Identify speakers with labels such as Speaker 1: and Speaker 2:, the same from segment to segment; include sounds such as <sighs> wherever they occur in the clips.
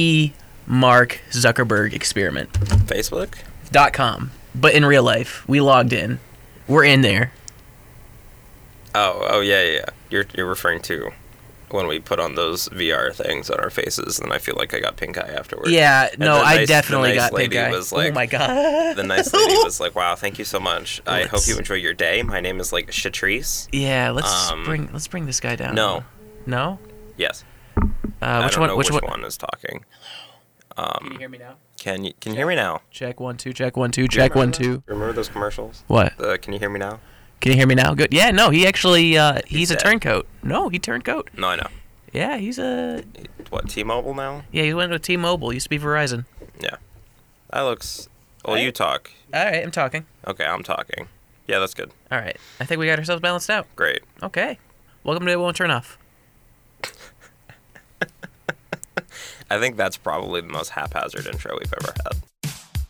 Speaker 1: the Mark Zuckerberg experiment
Speaker 2: Facebook?
Speaker 1: dot com, but in real life, we logged in. We're in there.
Speaker 2: Oh, oh yeah, yeah. yeah. You're you're referring to when we put on those VR things on our faces, and I feel like I got pink eye afterwards.
Speaker 1: Yeah,
Speaker 2: And
Speaker 1: no,
Speaker 2: the
Speaker 1: I
Speaker 2: nice- the
Speaker 1: definitely
Speaker 2: nice
Speaker 1: got big
Speaker 2: lady
Speaker 1: guy.
Speaker 2: was
Speaker 1: oh
Speaker 2: like-
Speaker 1: my god. <laughs>
Speaker 2: The nice lady was like, "Wow, thank you so much. I hope
Speaker 1: Let's-
Speaker 2: you enjoy your day. My name is like Shatrice.
Speaker 1: yeah, let's
Speaker 2: um,
Speaker 1: bring let's bring this guy down.
Speaker 2: No,
Speaker 1: No?
Speaker 2: yes.
Speaker 1: Uh,
Speaker 2: I
Speaker 1: which
Speaker 2: don't
Speaker 1: one
Speaker 2: know
Speaker 1: which,
Speaker 2: which
Speaker 1: one?
Speaker 2: one is talking. Um,
Speaker 1: Can you hear me now?
Speaker 2: Can you can you hear me now?
Speaker 1: Check one two. Check one two.
Speaker 2: Do you
Speaker 1: Check one
Speaker 2: remember
Speaker 1: two.
Speaker 2: those- Remember those commercials?
Speaker 1: What?
Speaker 2: The can you hear me now?
Speaker 1: Can you hear me now? Good. Yeah. No, he actually uh, he's,
Speaker 2: He's
Speaker 1: a
Speaker 2: dead.
Speaker 1: turncoat. No, he turncoat.
Speaker 2: No, I know.
Speaker 1: Yeah, he's a
Speaker 2: What T-Mobile now?
Speaker 1: yeah. He went with T-Mobile. Used to be Verizon.
Speaker 2: Yeah, that looks. Well,
Speaker 1: Right?
Speaker 2: you talk.
Speaker 1: All right, I'm talking.
Speaker 2: Okay, I'm talking. Yeah, that's good.
Speaker 1: All right, I think we got ourselves balanced out.
Speaker 2: Great.
Speaker 1: Okay. Welcome to It Won't Turn Off.
Speaker 2: I think that's probably the most haphazard intro we've ever had.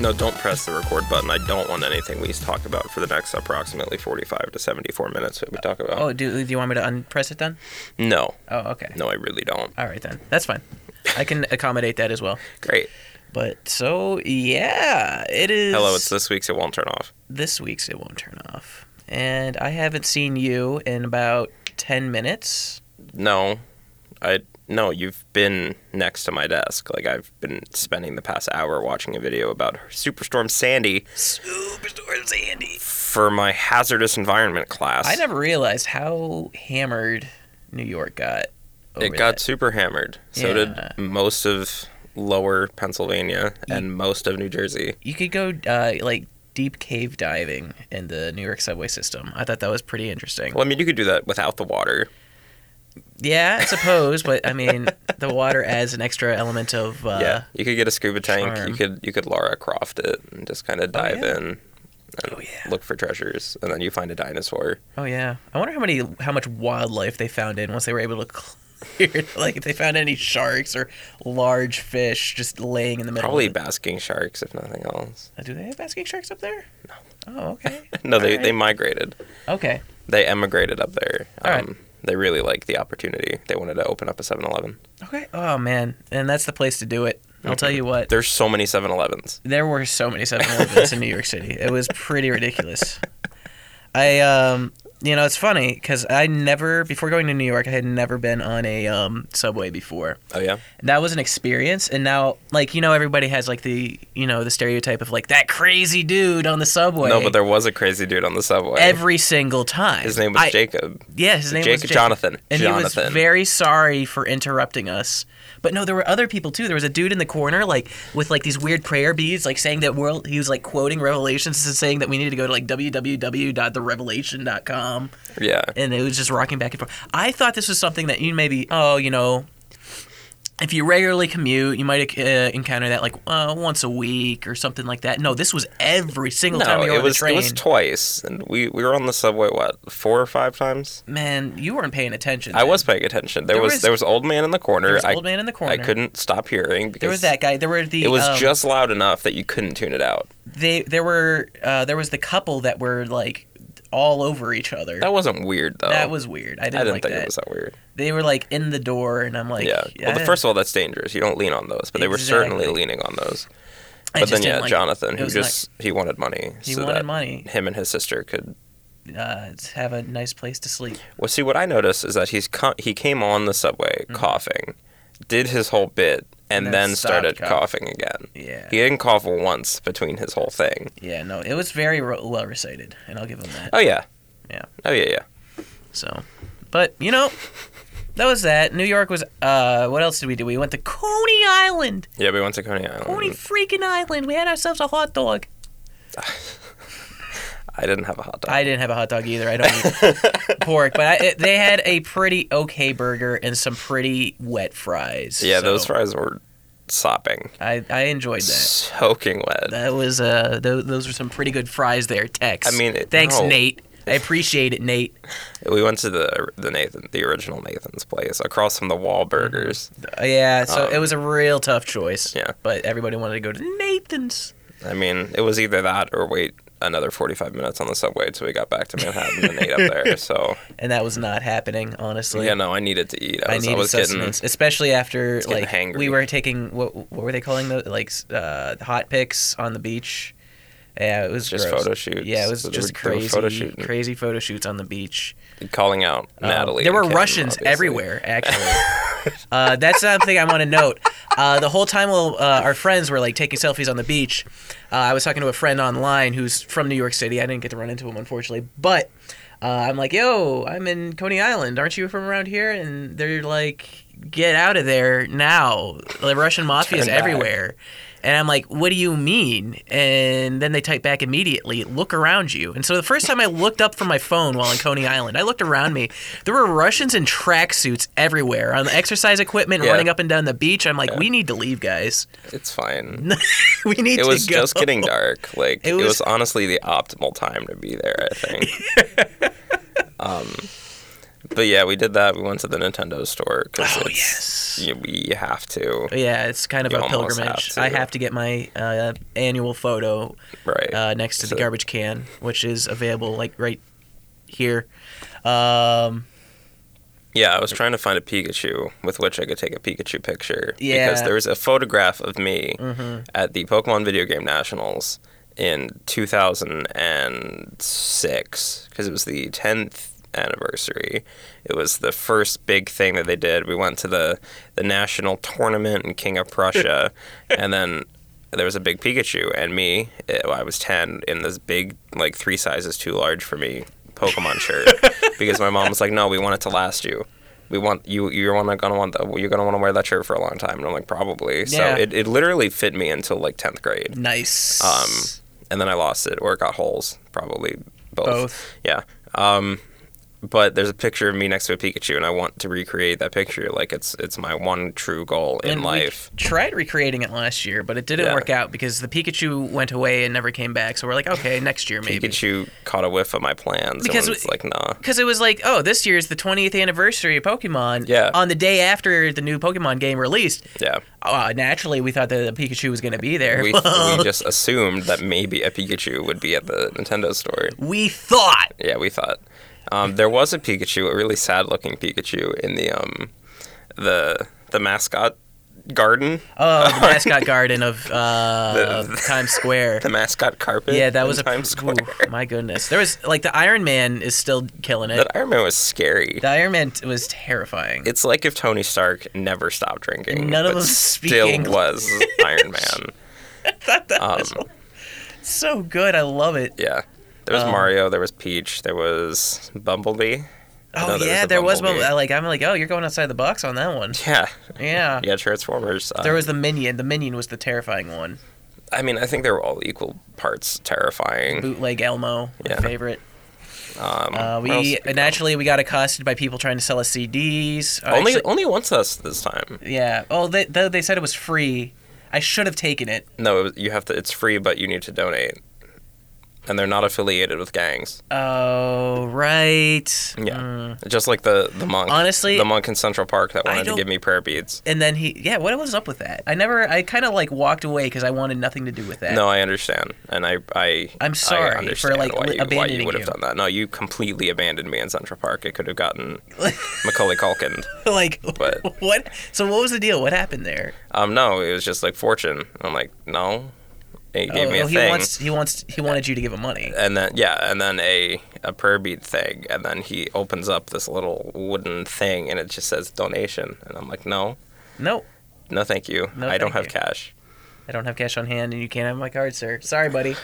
Speaker 2: No, don't press the record button. I don't want anything we talk about for the next approximately 45 to 74 minutes that we talk about.
Speaker 1: Oh, do, do you want me to unpress it then?
Speaker 2: No.
Speaker 1: Oh, okay.
Speaker 2: No, I really don't.
Speaker 1: All right then. That's fine. I can accommodate that as well.
Speaker 2: Great.
Speaker 1: But so yeah, it is.
Speaker 2: Hello, it's this week's It Won't Turn Off.
Speaker 1: this week's It Won't Turn Off, and I haven't seen you in about ten minutes.
Speaker 2: No, I no. You've been next to my desk. Like I've been spending the past hour watching a video about Superstorm Sandy
Speaker 1: Superstorm Sandy.
Speaker 2: for my hazardous environment class.
Speaker 1: I never realized how hammered New York got. Over
Speaker 2: It got
Speaker 1: that.
Speaker 2: super hammered. So
Speaker 1: Yeah.
Speaker 2: did most of lower Pennsylvania and most of New Jersey.
Speaker 1: You could go uh, like deep cave diving in the New York subway system. I thought that was pretty interesting.
Speaker 2: Well, I mean, you could do that without the water.
Speaker 1: Yeah, I suppose, but I mean, the water adds an extra element of uh,
Speaker 2: yeah, you could get a scuba tank.
Speaker 1: charm.
Speaker 2: You could you could Lara Croft it and just kind of dive
Speaker 1: yeah.
Speaker 2: in and
Speaker 1: Oh, yeah.
Speaker 2: look for treasures, and then you find a dinosaur.
Speaker 1: Oh yeah. I wonder how many how much wildlife they found in once they were able to <laughs> clear. like if they found any sharks or large fish just laying in the middle.
Speaker 2: Probably
Speaker 1: Of the-
Speaker 2: basking sharks, if nothing else.
Speaker 1: Do they have basking sharks up there? No. Oh okay.
Speaker 2: <laughs> No, they,
Speaker 1: Alright.
Speaker 2: they migrated.
Speaker 1: Okay.
Speaker 2: They emigrated up there. Um,
Speaker 1: All right.
Speaker 2: They really liked the opportunity. They wanted to open up a 7 Eleven.
Speaker 1: Okay. Oh man, and that's the place to do it. I'll tell you what.
Speaker 2: There's so many 7 Elevens.
Speaker 1: There were so many 7-Elevens in New York City. It was pretty ridiculous. I um you know, it's funny cuz I never before going to New York, I had never been on a um subway before.
Speaker 2: Oh, yeah?
Speaker 1: That was an experience and now like you know everybody has like the you know the stereotype of like that crazy dude on the subway.
Speaker 2: No, but there was a crazy dude on the subway.
Speaker 1: every single time.
Speaker 2: His name was
Speaker 1: I-
Speaker 2: Jacob.
Speaker 1: Yeah, his name was
Speaker 2: Jacob Jonathan.
Speaker 1: and he was
Speaker 2: Jonathan.
Speaker 1: very sorry for interrupting us. But no, there were other people too. There was a dude in the corner, like with like these weird prayer beads, like saying that world. He was like quoting Revelations and saying that we needed to go to like www.therevelation.com,
Speaker 2: yeah.
Speaker 1: and it was just rocking back and forth. I thought this was something that you maybe, oh, you know, if you regularly commute, you might uh, encounter that like uh, once a week or something like that. No, this was every single time
Speaker 2: No,
Speaker 1: we were
Speaker 2: it
Speaker 1: on the
Speaker 2: was,
Speaker 1: train.
Speaker 2: it was twice. And we, we were on the subway, what, four or five times?
Speaker 1: Man, you weren't paying attention.
Speaker 2: I
Speaker 1: then.
Speaker 2: was paying attention. There,
Speaker 1: There
Speaker 2: was,
Speaker 1: was-
Speaker 2: there was old man in the corner.
Speaker 1: There was
Speaker 2: I,
Speaker 1: old man in the corner.
Speaker 2: I couldn't stop hearing because
Speaker 1: There was that guy. There were the.
Speaker 2: it was
Speaker 1: um,
Speaker 2: just loud enough that you couldn't tune it out.
Speaker 1: they there were uh, there was the couple that were like all over each other.
Speaker 2: That wasn't weird though.
Speaker 1: That was weird. I didn't,
Speaker 2: I didn't
Speaker 1: like
Speaker 2: think
Speaker 1: that.
Speaker 2: it was that weird.
Speaker 1: They were like in the door, and I'm like,
Speaker 2: yeah. Well, the
Speaker 1: I-
Speaker 2: first of all, that's dangerous. You don't lean on those, but they were certainly
Speaker 1: Exactly.
Speaker 2: leaning on those.
Speaker 1: I
Speaker 2: But
Speaker 1: just
Speaker 2: then,
Speaker 1: didn't
Speaker 2: yeah,
Speaker 1: like it.
Speaker 2: Jonathan,
Speaker 1: It
Speaker 2: who
Speaker 1: was
Speaker 2: just he wanted money.
Speaker 1: He
Speaker 2: so
Speaker 1: wanted
Speaker 2: that
Speaker 1: money.
Speaker 2: Him and his sister could.
Speaker 1: like, uh, to have a nice place to sleep.
Speaker 2: Well, see, what I noticed is that he's co- he came on the subway coughing, did his whole bit, and,
Speaker 1: Mm-hmm. then
Speaker 2: then,
Speaker 1: stopped
Speaker 2: started
Speaker 1: coughing.
Speaker 2: coughing again.
Speaker 1: Yeah,
Speaker 2: He didn't cough once between his whole thing.
Speaker 1: yeah. No, it was very ro- well recited, and I'll give him that.
Speaker 2: Oh yeah.
Speaker 1: Yeah.
Speaker 2: Oh yeah, yeah.
Speaker 1: So, but you know, that was that. New York was. Uh, what else did we do? We went to Coney Island.
Speaker 2: Yeah, we went to Coney Island.
Speaker 1: Coney freaking Island. We had ourselves a hot dog.
Speaker 2: I didn't have a hot dog.
Speaker 1: I didn't have a hot dog either. I don't eat
Speaker 2: <laughs>
Speaker 1: pork, but I, it, they had a pretty okay burger and some pretty wet fries.
Speaker 2: yeah,
Speaker 1: so
Speaker 2: those fries were sopping,
Speaker 1: I, I enjoyed that.
Speaker 2: soaking wet.
Speaker 1: That was uh, th- those were some pretty good fries there. Tex.
Speaker 2: I mean, it-
Speaker 1: thanks,
Speaker 2: no.
Speaker 1: Nate. I appreciate it, Nate.
Speaker 2: We went to the the Nathan, the original Nathan's place, across from the Wahlburgers.
Speaker 1: Uh, Yeah, so it
Speaker 2: Um,
Speaker 1: was a real tough choice.
Speaker 2: yeah.
Speaker 1: But everybody wanted to go to Nathan's.
Speaker 2: I mean, it was either that or wait another 45 minutes on the subway until we got back to Manhattan and
Speaker 1: <laughs>
Speaker 2: ate up there. So,
Speaker 1: And that was not happening, honestly.
Speaker 2: you know, I needed to eat. I
Speaker 1: I
Speaker 2: was, I
Speaker 1: needed
Speaker 2: was getting.
Speaker 1: sustenance, especially after
Speaker 2: getting
Speaker 1: like
Speaker 2: hangry.
Speaker 1: we were taking what what were they calling those like s- uh, hot picks on the beach. Yeah, it was
Speaker 2: Just
Speaker 1: gross.
Speaker 2: photo shoots.
Speaker 1: Yeah, it was
Speaker 2: They were-
Speaker 1: just
Speaker 2: they were
Speaker 1: crazy,
Speaker 2: photo shooting.
Speaker 1: crazy photo shoots on the beach.
Speaker 2: calling out
Speaker 1: Um,
Speaker 2: Natalie.
Speaker 1: there
Speaker 2: and
Speaker 1: were
Speaker 2: Kim,
Speaker 1: Russians
Speaker 2: obviously.
Speaker 1: everywhere, actually. uh, that's something I want to note. Uh, the whole time while uh, our friends were like taking selfies on the beach, uh, I was talking to a friend online who's from New York City. I didn't get to run into him, unfortunately, but. Uh, I'm like, yo, I'm in Coney Island. Aren't you from around here? And they're like, get out of there now. The Russian mafia is
Speaker 2: Turn back.
Speaker 1: everywhere. And I'm like, what do you mean? And then they type back immediately, look around you. And so the first time I looked up from my phone while in Coney Island, I looked around me. There were Russians in tracksuits everywhere on the exercise equipment,
Speaker 2: Yeah.
Speaker 1: running up and down the beach. I'm like, we need to leave, guys. <laughs>
Speaker 2: It's fine.
Speaker 1: we need
Speaker 2: it
Speaker 1: to
Speaker 2: was
Speaker 1: go.
Speaker 2: just getting dark. Like
Speaker 1: It
Speaker 2: it was,
Speaker 1: was-
Speaker 2: honestly the optimal time to be there. I think.
Speaker 1: <laughs>
Speaker 2: um, but yeah, we did that. We went to the Nintendo store because
Speaker 1: <laughs> Oh, yes.
Speaker 2: we have to.
Speaker 1: Yeah, it's kind of
Speaker 2: You
Speaker 1: a
Speaker 2: almost
Speaker 1: pilgrimage.
Speaker 2: have to.
Speaker 1: I have to get my uh, annual photo
Speaker 2: Right.
Speaker 1: uh, next to the
Speaker 2: So-
Speaker 1: garbage can, which is available like right here. Um,
Speaker 2: yeah, I was trying to find a Pikachu with which I could take a Pikachu picture. Because
Speaker 1: Yeah.
Speaker 2: there was a photograph of me at the Pokemon Video Game Nationals in 2006 because it was the 10th anniversary. It was the first big thing that they did. We went to the the national tournament in King of Prussia and then there was a big Pikachu and me, eh, I was 10 in this big like three sizes too large for me Pokemon shirt because my mom was like, "No, we want it to last you." We want you. You're wanna- gonna want. The, you're gonna want to wear that shirt for a long time, and I'm like, probably.
Speaker 1: Yeah.
Speaker 2: So it, it literally fit me until like tenth grade
Speaker 1: nice.
Speaker 2: Um, and then I lost it or it got holes, probably both.
Speaker 1: Both.
Speaker 2: Yeah. Um, but there's a picture of me next to a Pikachu, and I want to recreate that picture. Like it's it's my one true goal in
Speaker 1: And we
Speaker 2: life.
Speaker 1: tried recreating it last year, but it didn't
Speaker 2: Yeah.
Speaker 1: work out because the Pikachu went away and never came back. So we're like, okay, next year maybe.
Speaker 2: Pikachu caught a whiff of my plans,
Speaker 1: Because
Speaker 2: and it's
Speaker 1: we-
Speaker 2: like, nah.
Speaker 1: Because it was like, oh, this year's the 20th anniversary of Pokemon.
Speaker 2: Yeah.
Speaker 1: On the day after the new Pokemon game released, <laughs>
Speaker 2: Yeah,
Speaker 1: uh, naturally we thought that the Pikachu was going to be there.
Speaker 2: we,
Speaker 1: Well,
Speaker 2: we just assumed that maybe a Pikachu would be at the Nintendo store.
Speaker 1: <laughs> we thought.
Speaker 2: Yeah, we thought. Um, there was a Pikachu, a really sad looking Pikachu in the um the the mascot garden.
Speaker 1: Oh, the mascot garden of
Speaker 2: <laughs>
Speaker 1: uh,
Speaker 2: The-
Speaker 1: Times Square.
Speaker 2: <laughs> The mascot carpet.
Speaker 1: yeah, that
Speaker 2: in
Speaker 1: was a
Speaker 2: Times Square.
Speaker 1: ooh, my goodness, there was like the Iron Man is still killing it.
Speaker 2: That Iron Man was scary.
Speaker 1: the Iron Man t- was terrifying.
Speaker 2: It's like if Tony Stark never stopped drinking.
Speaker 1: None of
Speaker 2: but
Speaker 1: them speak
Speaker 2: still
Speaker 1: English.
Speaker 2: was Iron
Speaker 1: <laughs>
Speaker 2: Man.
Speaker 1: that
Speaker 2: Um,
Speaker 1: was so good. I love it.
Speaker 2: Yeah. There was
Speaker 1: Um,
Speaker 2: Mario, there was Peach, there was Bumblebee. I
Speaker 1: Oh
Speaker 2: know
Speaker 1: yeah,
Speaker 2: a
Speaker 1: there was one.
Speaker 2: Bumblebee.
Speaker 1: I, Like I'm like, oh, you're going outside the box on that
Speaker 2: <laughs>
Speaker 1: one.
Speaker 2: Yeah.
Speaker 1: Yeah.
Speaker 2: Yeah, Transformers. uh,
Speaker 1: There was the minion. The minion was the terrifying one.
Speaker 2: I mean, I think they were all equal parts terrifying.
Speaker 1: Bootleg Elmo, my
Speaker 2: Yeah.
Speaker 1: favorite.
Speaker 2: Um,
Speaker 1: Uh,
Speaker 2: where else
Speaker 1: we
Speaker 2: did go?
Speaker 1: naturally we got accosted by people trying to sell us CDs. Uh,
Speaker 2: only
Speaker 1: actually-
Speaker 2: only once us this time.
Speaker 1: yeah. Oh, they, though they said it was free. I should have taken it.
Speaker 2: No, it was, you have to. It's free, but you need to donate. And they're not affiliated with gangs.
Speaker 1: Oh right.
Speaker 2: Yeah,
Speaker 1: Mm.
Speaker 2: just like the the monk.
Speaker 1: Honestly,
Speaker 2: the monk in Central Park that
Speaker 1: I
Speaker 2: wanted to
Speaker 1: don't-
Speaker 2: give me prayer beads.
Speaker 1: And then he, yeah, what was up with that? I never, I kind of like walked away because I wanted nothing to do with that.
Speaker 2: No, I understand, and I I
Speaker 1: I'm sorry
Speaker 2: I
Speaker 1: for,
Speaker 2: understand
Speaker 1: like, li-
Speaker 2: why you, why you
Speaker 1: abandoning
Speaker 2: would have
Speaker 1: you.
Speaker 2: done that. No, you completely abandoned me in Central Park. It could
Speaker 1: <laughs>
Speaker 2: have gotten Macaulay Culkin.
Speaker 1: <laughs> like, <laughs>
Speaker 2: But-
Speaker 1: what? So what was the deal? What happened there?
Speaker 2: Um, no, it was just like fortune. I'm like, no, and he gave
Speaker 1: oh,
Speaker 2: me a
Speaker 1: oh, he
Speaker 2: thing,
Speaker 1: wants, he wants, he wanted you to give him money.
Speaker 2: and then yeah, and then a a prayer bead thing, and then he opens up this little wooden thing, and it just says donation, and I'm like, no,
Speaker 1: No,
Speaker 2: no, thank you.
Speaker 1: No,
Speaker 2: I don't have
Speaker 1: thank
Speaker 2: cash.
Speaker 1: I don't have cash on hand, and you can't have my card, sir. Sorry, buddy.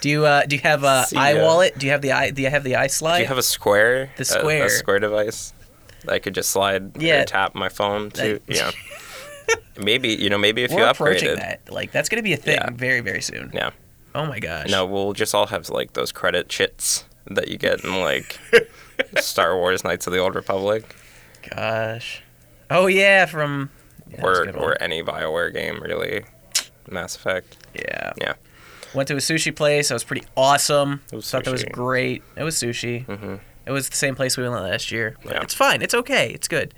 Speaker 1: Do you, uh, do you have uh,
Speaker 2: <laughs> See
Speaker 1: i
Speaker 2: ya.
Speaker 1: wallet? Do you have the i? Do you have the i
Speaker 2: Do
Speaker 1: slide?
Speaker 2: you have a square?
Speaker 1: The
Speaker 2: A- A,
Speaker 1: square.
Speaker 2: square device that I could just slide
Speaker 1: Yeah.
Speaker 2: or tap my phone to?
Speaker 1: That- <laughs>
Speaker 2: yeah. Maybe you know. Maybe if
Speaker 1: We're
Speaker 2: you
Speaker 1: approaching
Speaker 2: upgraded.
Speaker 1: that. Like that's gonna be a thing
Speaker 2: Yeah.
Speaker 1: very, very soon.
Speaker 2: Yeah.
Speaker 1: Oh my gosh.
Speaker 2: No, we'll just all have like those credit chits that you get
Speaker 1: <laughs>
Speaker 2: in like Star Wars: Knights of the Old Republic
Speaker 1: Gosh. Oh yeah, from. Yeah, that's a
Speaker 2: or
Speaker 1: good one.
Speaker 2: or any Bioware game really. Mass Effect.
Speaker 1: yeah.
Speaker 2: Yeah.
Speaker 1: Went to a sushi place. That was pretty awesome.
Speaker 2: was
Speaker 1: Thought that was
Speaker 2: sushi.
Speaker 1: great. It was sushi. It was the same place we went last year.
Speaker 2: Mm-hmm. Yeah.
Speaker 1: It's fine. It's okay. It's good.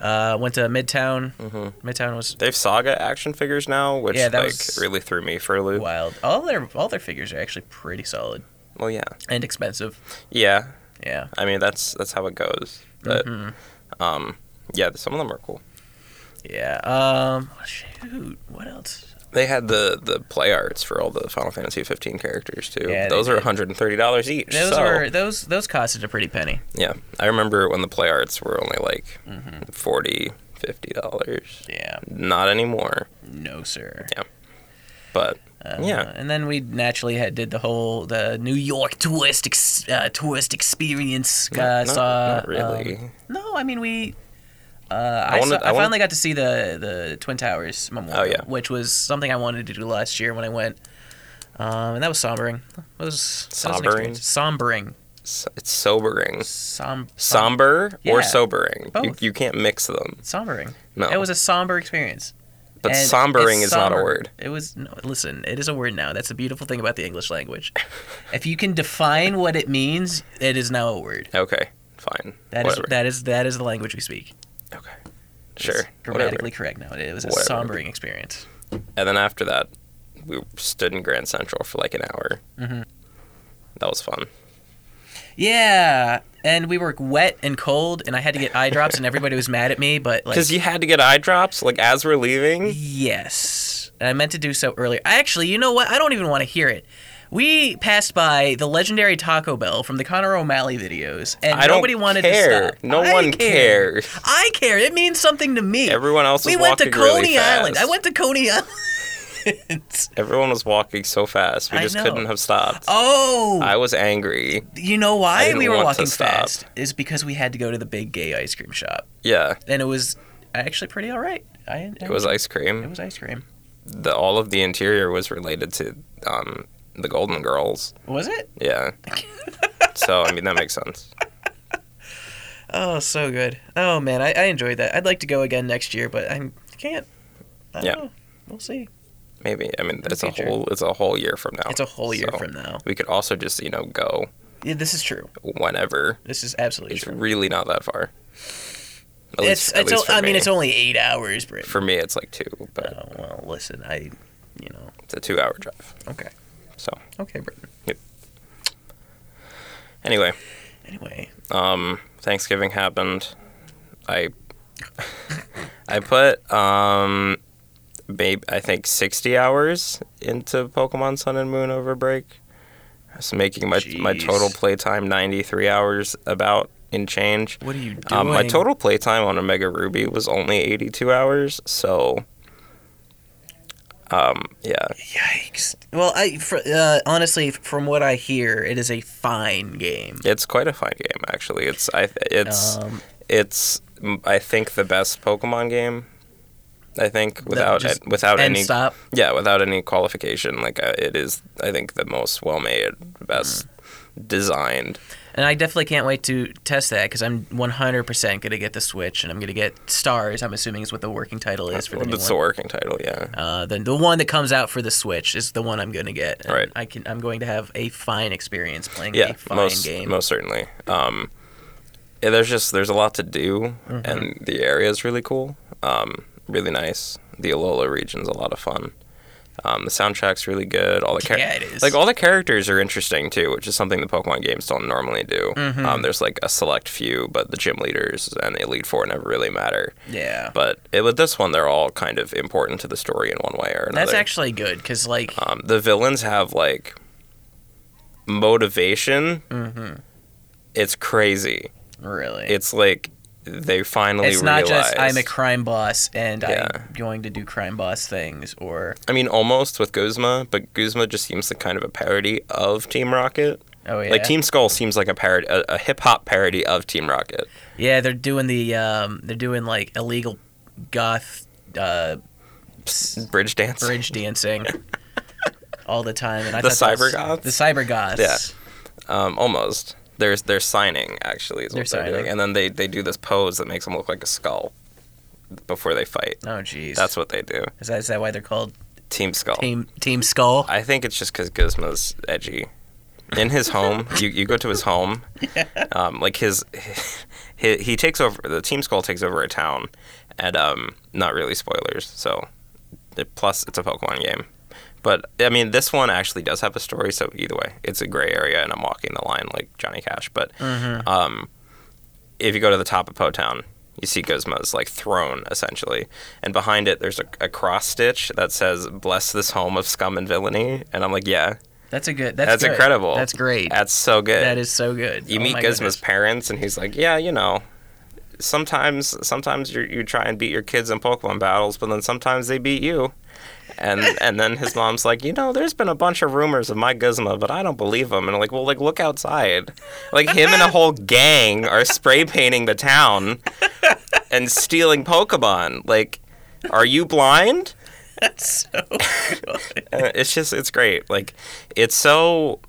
Speaker 1: Uh, went to Midtown.
Speaker 2: Mm-hmm.
Speaker 1: Midtown was
Speaker 2: They have Saga action figures now, which
Speaker 1: Yeah, that
Speaker 2: like
Speaker 1: was-
Speaker 2: really threw me for a loop.
Speaker 1: wild. All their all their figures are actually pretty solid
Speaker 2: Well, yeah,
Speaker 1: and expensive.
Speaker 2: yeah.
Speaker 1: Yeah. Mm-hmm.
Speaker 2: I mean, that's that's how it goes. But um, yeah, some of them are cool.
Speaker 1: Yeah. Um. Shoot. What else?
Speaker 2: They had the the play arts for all the Final Fantasy 15 characters too.
Speaker 1: Yeah, they
Speaker 2: those are
Speaker 1: did.
Speaker 2: 130 dollars each.
Speaker 1: Those
Speaker 2: so
Speaker 1: were those those costed a pretty penny.
Speaker 2: yeah, I remember when the play arts were only like
Speaker 1: Mm-hmm.
Speaker 2: 40, 50 dollars.
Speaker 1: Yeah.
Speaker 2: Not anymore.
Speaker 1: No sir.
Speaker 2: But
Speaker 1: Uh,
Speaker 2: yeah,
Speaker 1: And then we naturally had did the whole the New York tourist ex, uh, tourist experience. Uh,
Speaker 2: not,
Speaker 1: saw,
Speaker 2: not really.
Speaker 1: um, no, I mean we. Uh, I,
Speaker 2: I wanted-
Speaker 1: saw,
Speaker 2: I
Speaker 1: I,
Speaker 2: wanted-
Speaker 1: finally got to see the the Twin Towers Memorial,
Speaker 2: Oh, yeah.
Speaker 1: which was something I wanted to do last year when I went, um, and that was sombering. It was that was an
Speaker 2: Sombering?
Speaker 1: experience.
Speaker 2: <laughs>
Speaker 1: sombering,
Speaker 2: S- it's sobering.
Speaker 1: Som-
Speaker 2: Somber
Speaker 1: Yeah.
Speaker 2: or sobering. You,
Speaker 1: Both.
Speaker 2: you can't mix them.
Speaker 1: sombering.
Speaker 2: No.
Speaker 1: It was a somber experience.
Speaker 2: But
Speaker 1: And
Speaker 2: sombering
Speaker 1: it's
Speaker 2: is not a
Speaker 1: somber.
Speaker 2: word.
Speaker 1: It was no. Listen, it is a word now. That's the beautiful thing about the English language. if you can define what it means, it is now a word.
Speaker 2: Okay, fine.
Speaker 1: That is
Speaker 2: Whatever.
Speaker 1: that is that is the language we speak.
Speaker 2: okay.
Speaker 1: It's
Speaker 2: Sure. Whatever.
Speaker 1: grammatically correct now. It was a
Speaker 2: Whatever.
Speaker 1: sombering experience.
Speaker 2: And then after that, we stood in Grand Central for like an hour.
Speaker 1: Mhm.
Speaker 2: That was fun.
Speaker 1: Yeah, and we were wet and cold, and I had to get eye drops, and everybody was mad at me.
Speaker 2: <laughs>
Speaker 1: But like,
Speaker 2: Because you had to get eye drops like as we're leaving.
Speaker 1: yes, And I meant to do so earlier. I actually, you know what? I don't even want to hear it. We passed by the legendary Taco Bell from the Conor O'Malley videos, and
Speaker 2: I don't
Speaker 1: nobody wanted
Speaker 2: care.
Speaker 1: to stop.
Speaker 2: No
Speaker 1: I
Speaker 2: one
Speaker 1: cared.
Speaker 2: cares.
Speaker 1: I care. It means something to me.
Speaker 2: Everyone else
Speaker 1: we
Speaker 2: was
Speaker 1: went to
Speaker 2: walking really
Speaker 1: Coney Island. I
Speaker 2: fast.
Speaker 1: went to Coney <laughs> Island.
Speaker 2: Everyone was walking so fast. We
Speaker 1: I
Speaker 2: just
Speaker 1: know.
Speaker 2: couldn't have stopped.
Speaker 1: oh,
Speaker 2: I was angry.
Speaker 1: you know
Speaker 2: I
Speaker 1: why
Speaker 2: didn't
Speaker 1: we were
Speaker 2: want to
Speaker 1: walking
Speaker 2: stop.
Speaker 1: fast is because we had to go to the big gay ice cream shop,
Speaker 2: Yeah,
Speaker 1: and it was actually pretty all right. I, I
Speaker 2: it was ice cream.
Speaker 1: it was ice cream.
Speaker 2: the all of the interior was related to um, the Golden Girls.
Speaker 1: Was it? <laughs>
Speaker 2: Yeah. so I mean that makes sense.
Speaker 1: Oh, so good. Oh man, I, I enjoyed that. I'd like to go again next year, but I'm- I can't. I don't
Speaker 2: Yeah.
Speaker 1: know. We'll see.
Speaker 2: Maybe I mean it's a
Speaker 1: future.
Speaker 2: whole it's a whole year from now.
Speaker 1: It's a whole year
Speaker 2: Oh, So
Speaker 1: from now.
Speaker 2: We could also just you know go
Speaker 1: Yeah, this is true.
Speaker 2: whenever.
Speaker 1: This is absolutely
Speaker 2: It's
Speaker 1: true.
Speaker 2: really not that far. At
Speaker 1: it's
Speaker 2: at
Speaker 1: it's. o-
Speaker 2: for
Speaker 1: I mean,
Speaker 2: me.
Speaker 1: it's only eight hours, Brit.
Speaker 2: for me it's like two, but
Speaker 1: Oh, well, listen, I, you know,
Speaker 2: it's a two hour drive.
Speaker 1: okay,
Speaker 2: So
Speaker 1: okay, Britain.
Speaker 2: anyway,
Speaker 1: Anyway,
Speaker 2: um, Thanksgiving happened. I I put um, maybe I think sixty hours into Pokemon Sun and Moon over break. I was making my my
Speaker 1: Jeez.
Speaker 2: total playtime ninety three hours about in change.
Speaker 1: what are you doing?
Speaker 2: Um, my total playtime on Omega Ruby was only eighty two hours, so um, yeah,
Speaker 1: Yikes. Well, I fr- uh, honestly, f- from what I hear, it is a fine game.
Speaker 2: it's quite a fun game actually. It's I it's.
Speaker 1: Um,
Speaker 2: it's mm, I think the best Pokemon game. I think without
Speaker 1: just
Speaker 2: a- without
Speaker 1: and
Speaker 2: any
Speaker 1: stop.
Speaker 2: yeah without any qualification like uh, it is I think the most well made best
Speaker 1: Mm.
Speaker 2: designed
Speaker 1: And I definitely can't wait to test that because I'm 100% going to get the Switch and I'm going to get Stars, I'm assuming is what the working title is for the new
Speaker 2: it's
Speaker 1: one.
Speaker 2: the working title yeah
Speaker 1: Uh, then the one that comes out for the Switch is the one I'm going to get. And
Speaker 2: Right.
Speaker 1: I can. I'm going to have a fine experience playing
Speaker 2: yeah
Speaker 1: a fine
Speaker 2: most
Speaker 1: game.
Speaker 2: most certainly um yeah, there's just there's a lot to do
Speaker 1: Mm-hmm.
Speaker 2: and the area is really cool um really nice the Alola region's a lot of fun um, the soundtrack's really good all the char-
Speaker 1: Yeah, it is.
Speaker 2: Like all the characters are interesting too, which is something the Pokemon games don't normally do.
Speaker 1: Mm-hmm.
Speaker 2: Um, there's like a select few, but the gym leaders and the Elite Four never really matter.
Speaker 1: yeah.
Speaker 2: But it, with this one, they're all kind of important to the story in one way or another.
Speaker 1: That's actually good because like
Speaker 2: um, the villains have like motivation. It's crazy.
Speaker 1: mm-hmm, really.
Speaker 2: It's like they finally
Speaker 1: it's not
Speaker 2: realized.
Speaker 1: just I'm a crime boss and
Speaker 2: Yeah.
Speaker 1: I'm going to do crime boss things or
Speaker 2: I mean, almost with Guzma, but Guzma just seems like kind of a parody of Team Rocket.
Speaker 1: oh yeah
Speaker 2: Like Team Skull seems like a parody, a, a hip hop parody of Team Rocket.
Speaker 1: Yeah, they're doing the um, they're doing like illegal goth uh, s-
Speaker 2: Bridge dance.
Speaker 1: bridge dancing all the time, and I
Speaker 2: The
Speaker 1: thought that was-
Speaker 2: cyber goths?
Speaker 1: the cyber goths.
Speaker 2: Yeah. Um, almost. There's they're signing actually is
Speaker 1: They're
Speaker 2: what they're,
Speaker 1: signing.
Speaker 2: doing, and then they they do this pose that makes them look like a skull before they fight.
Speaker 1: Oh jeez.
Speaker 2: That's what they do.
Speaker 1: is that, is that why they're called
Speaker 2: Team Skull.
Speaker 1: Team Team Skull.
Speaker 2: I think it's just because Gizmo's edgy. In his home, you, you go to his home, um, like his, <laughs> he, he takes over the Team Skull takes over a town, and um, not really spoilers. So, it, plus it's a Pokemon game, but I mean this one actually does have a story. So either way, it's a gray area, and I'm walking the line like Johnny Cash. But um, if you go to the top of Po Town, you see Gizmo's like throne essentially, and behind it there's a, a cross stitch that says "Bless this home of scum and villainy," and I'm like, yeah,
Speaker 1: That's a good.
Speaker 2: that's,
Speaker 1: That's, good.
Speaker 2: incredible.
Speaker 1: That's great.
Speaker 2: That's so good.
Speaker 1: that is so good.
Speaker 2: You
Speaker 1: Oh
Speaker 2: meet
Speaker 1: my
Speaker 2: Gizmo's
Speaker 1: goodness. <laughs>
Speaker 2: parents, and he's like, "Yeah, you know, sometimes sometimes you you try and beat your kids in Pokemon battles, but then sometimes they beat you."
Speaker 1: <laughs>
Speaker 2: And and then his mom's like, "You know, there's been a bunch of rumors of my Gizmo, but I don't believe them." And like, well, like look outside, like him and
Speaker 1: <laughs>
Speaker 2: a whole gang are spray painting the town and stealing Pokemon. Like, are you blind?
Speaker 1: That's
Speaker 2: <laughs>
Speaker 1: so good.
Speaker 2: Uh, it's just it's great like it's so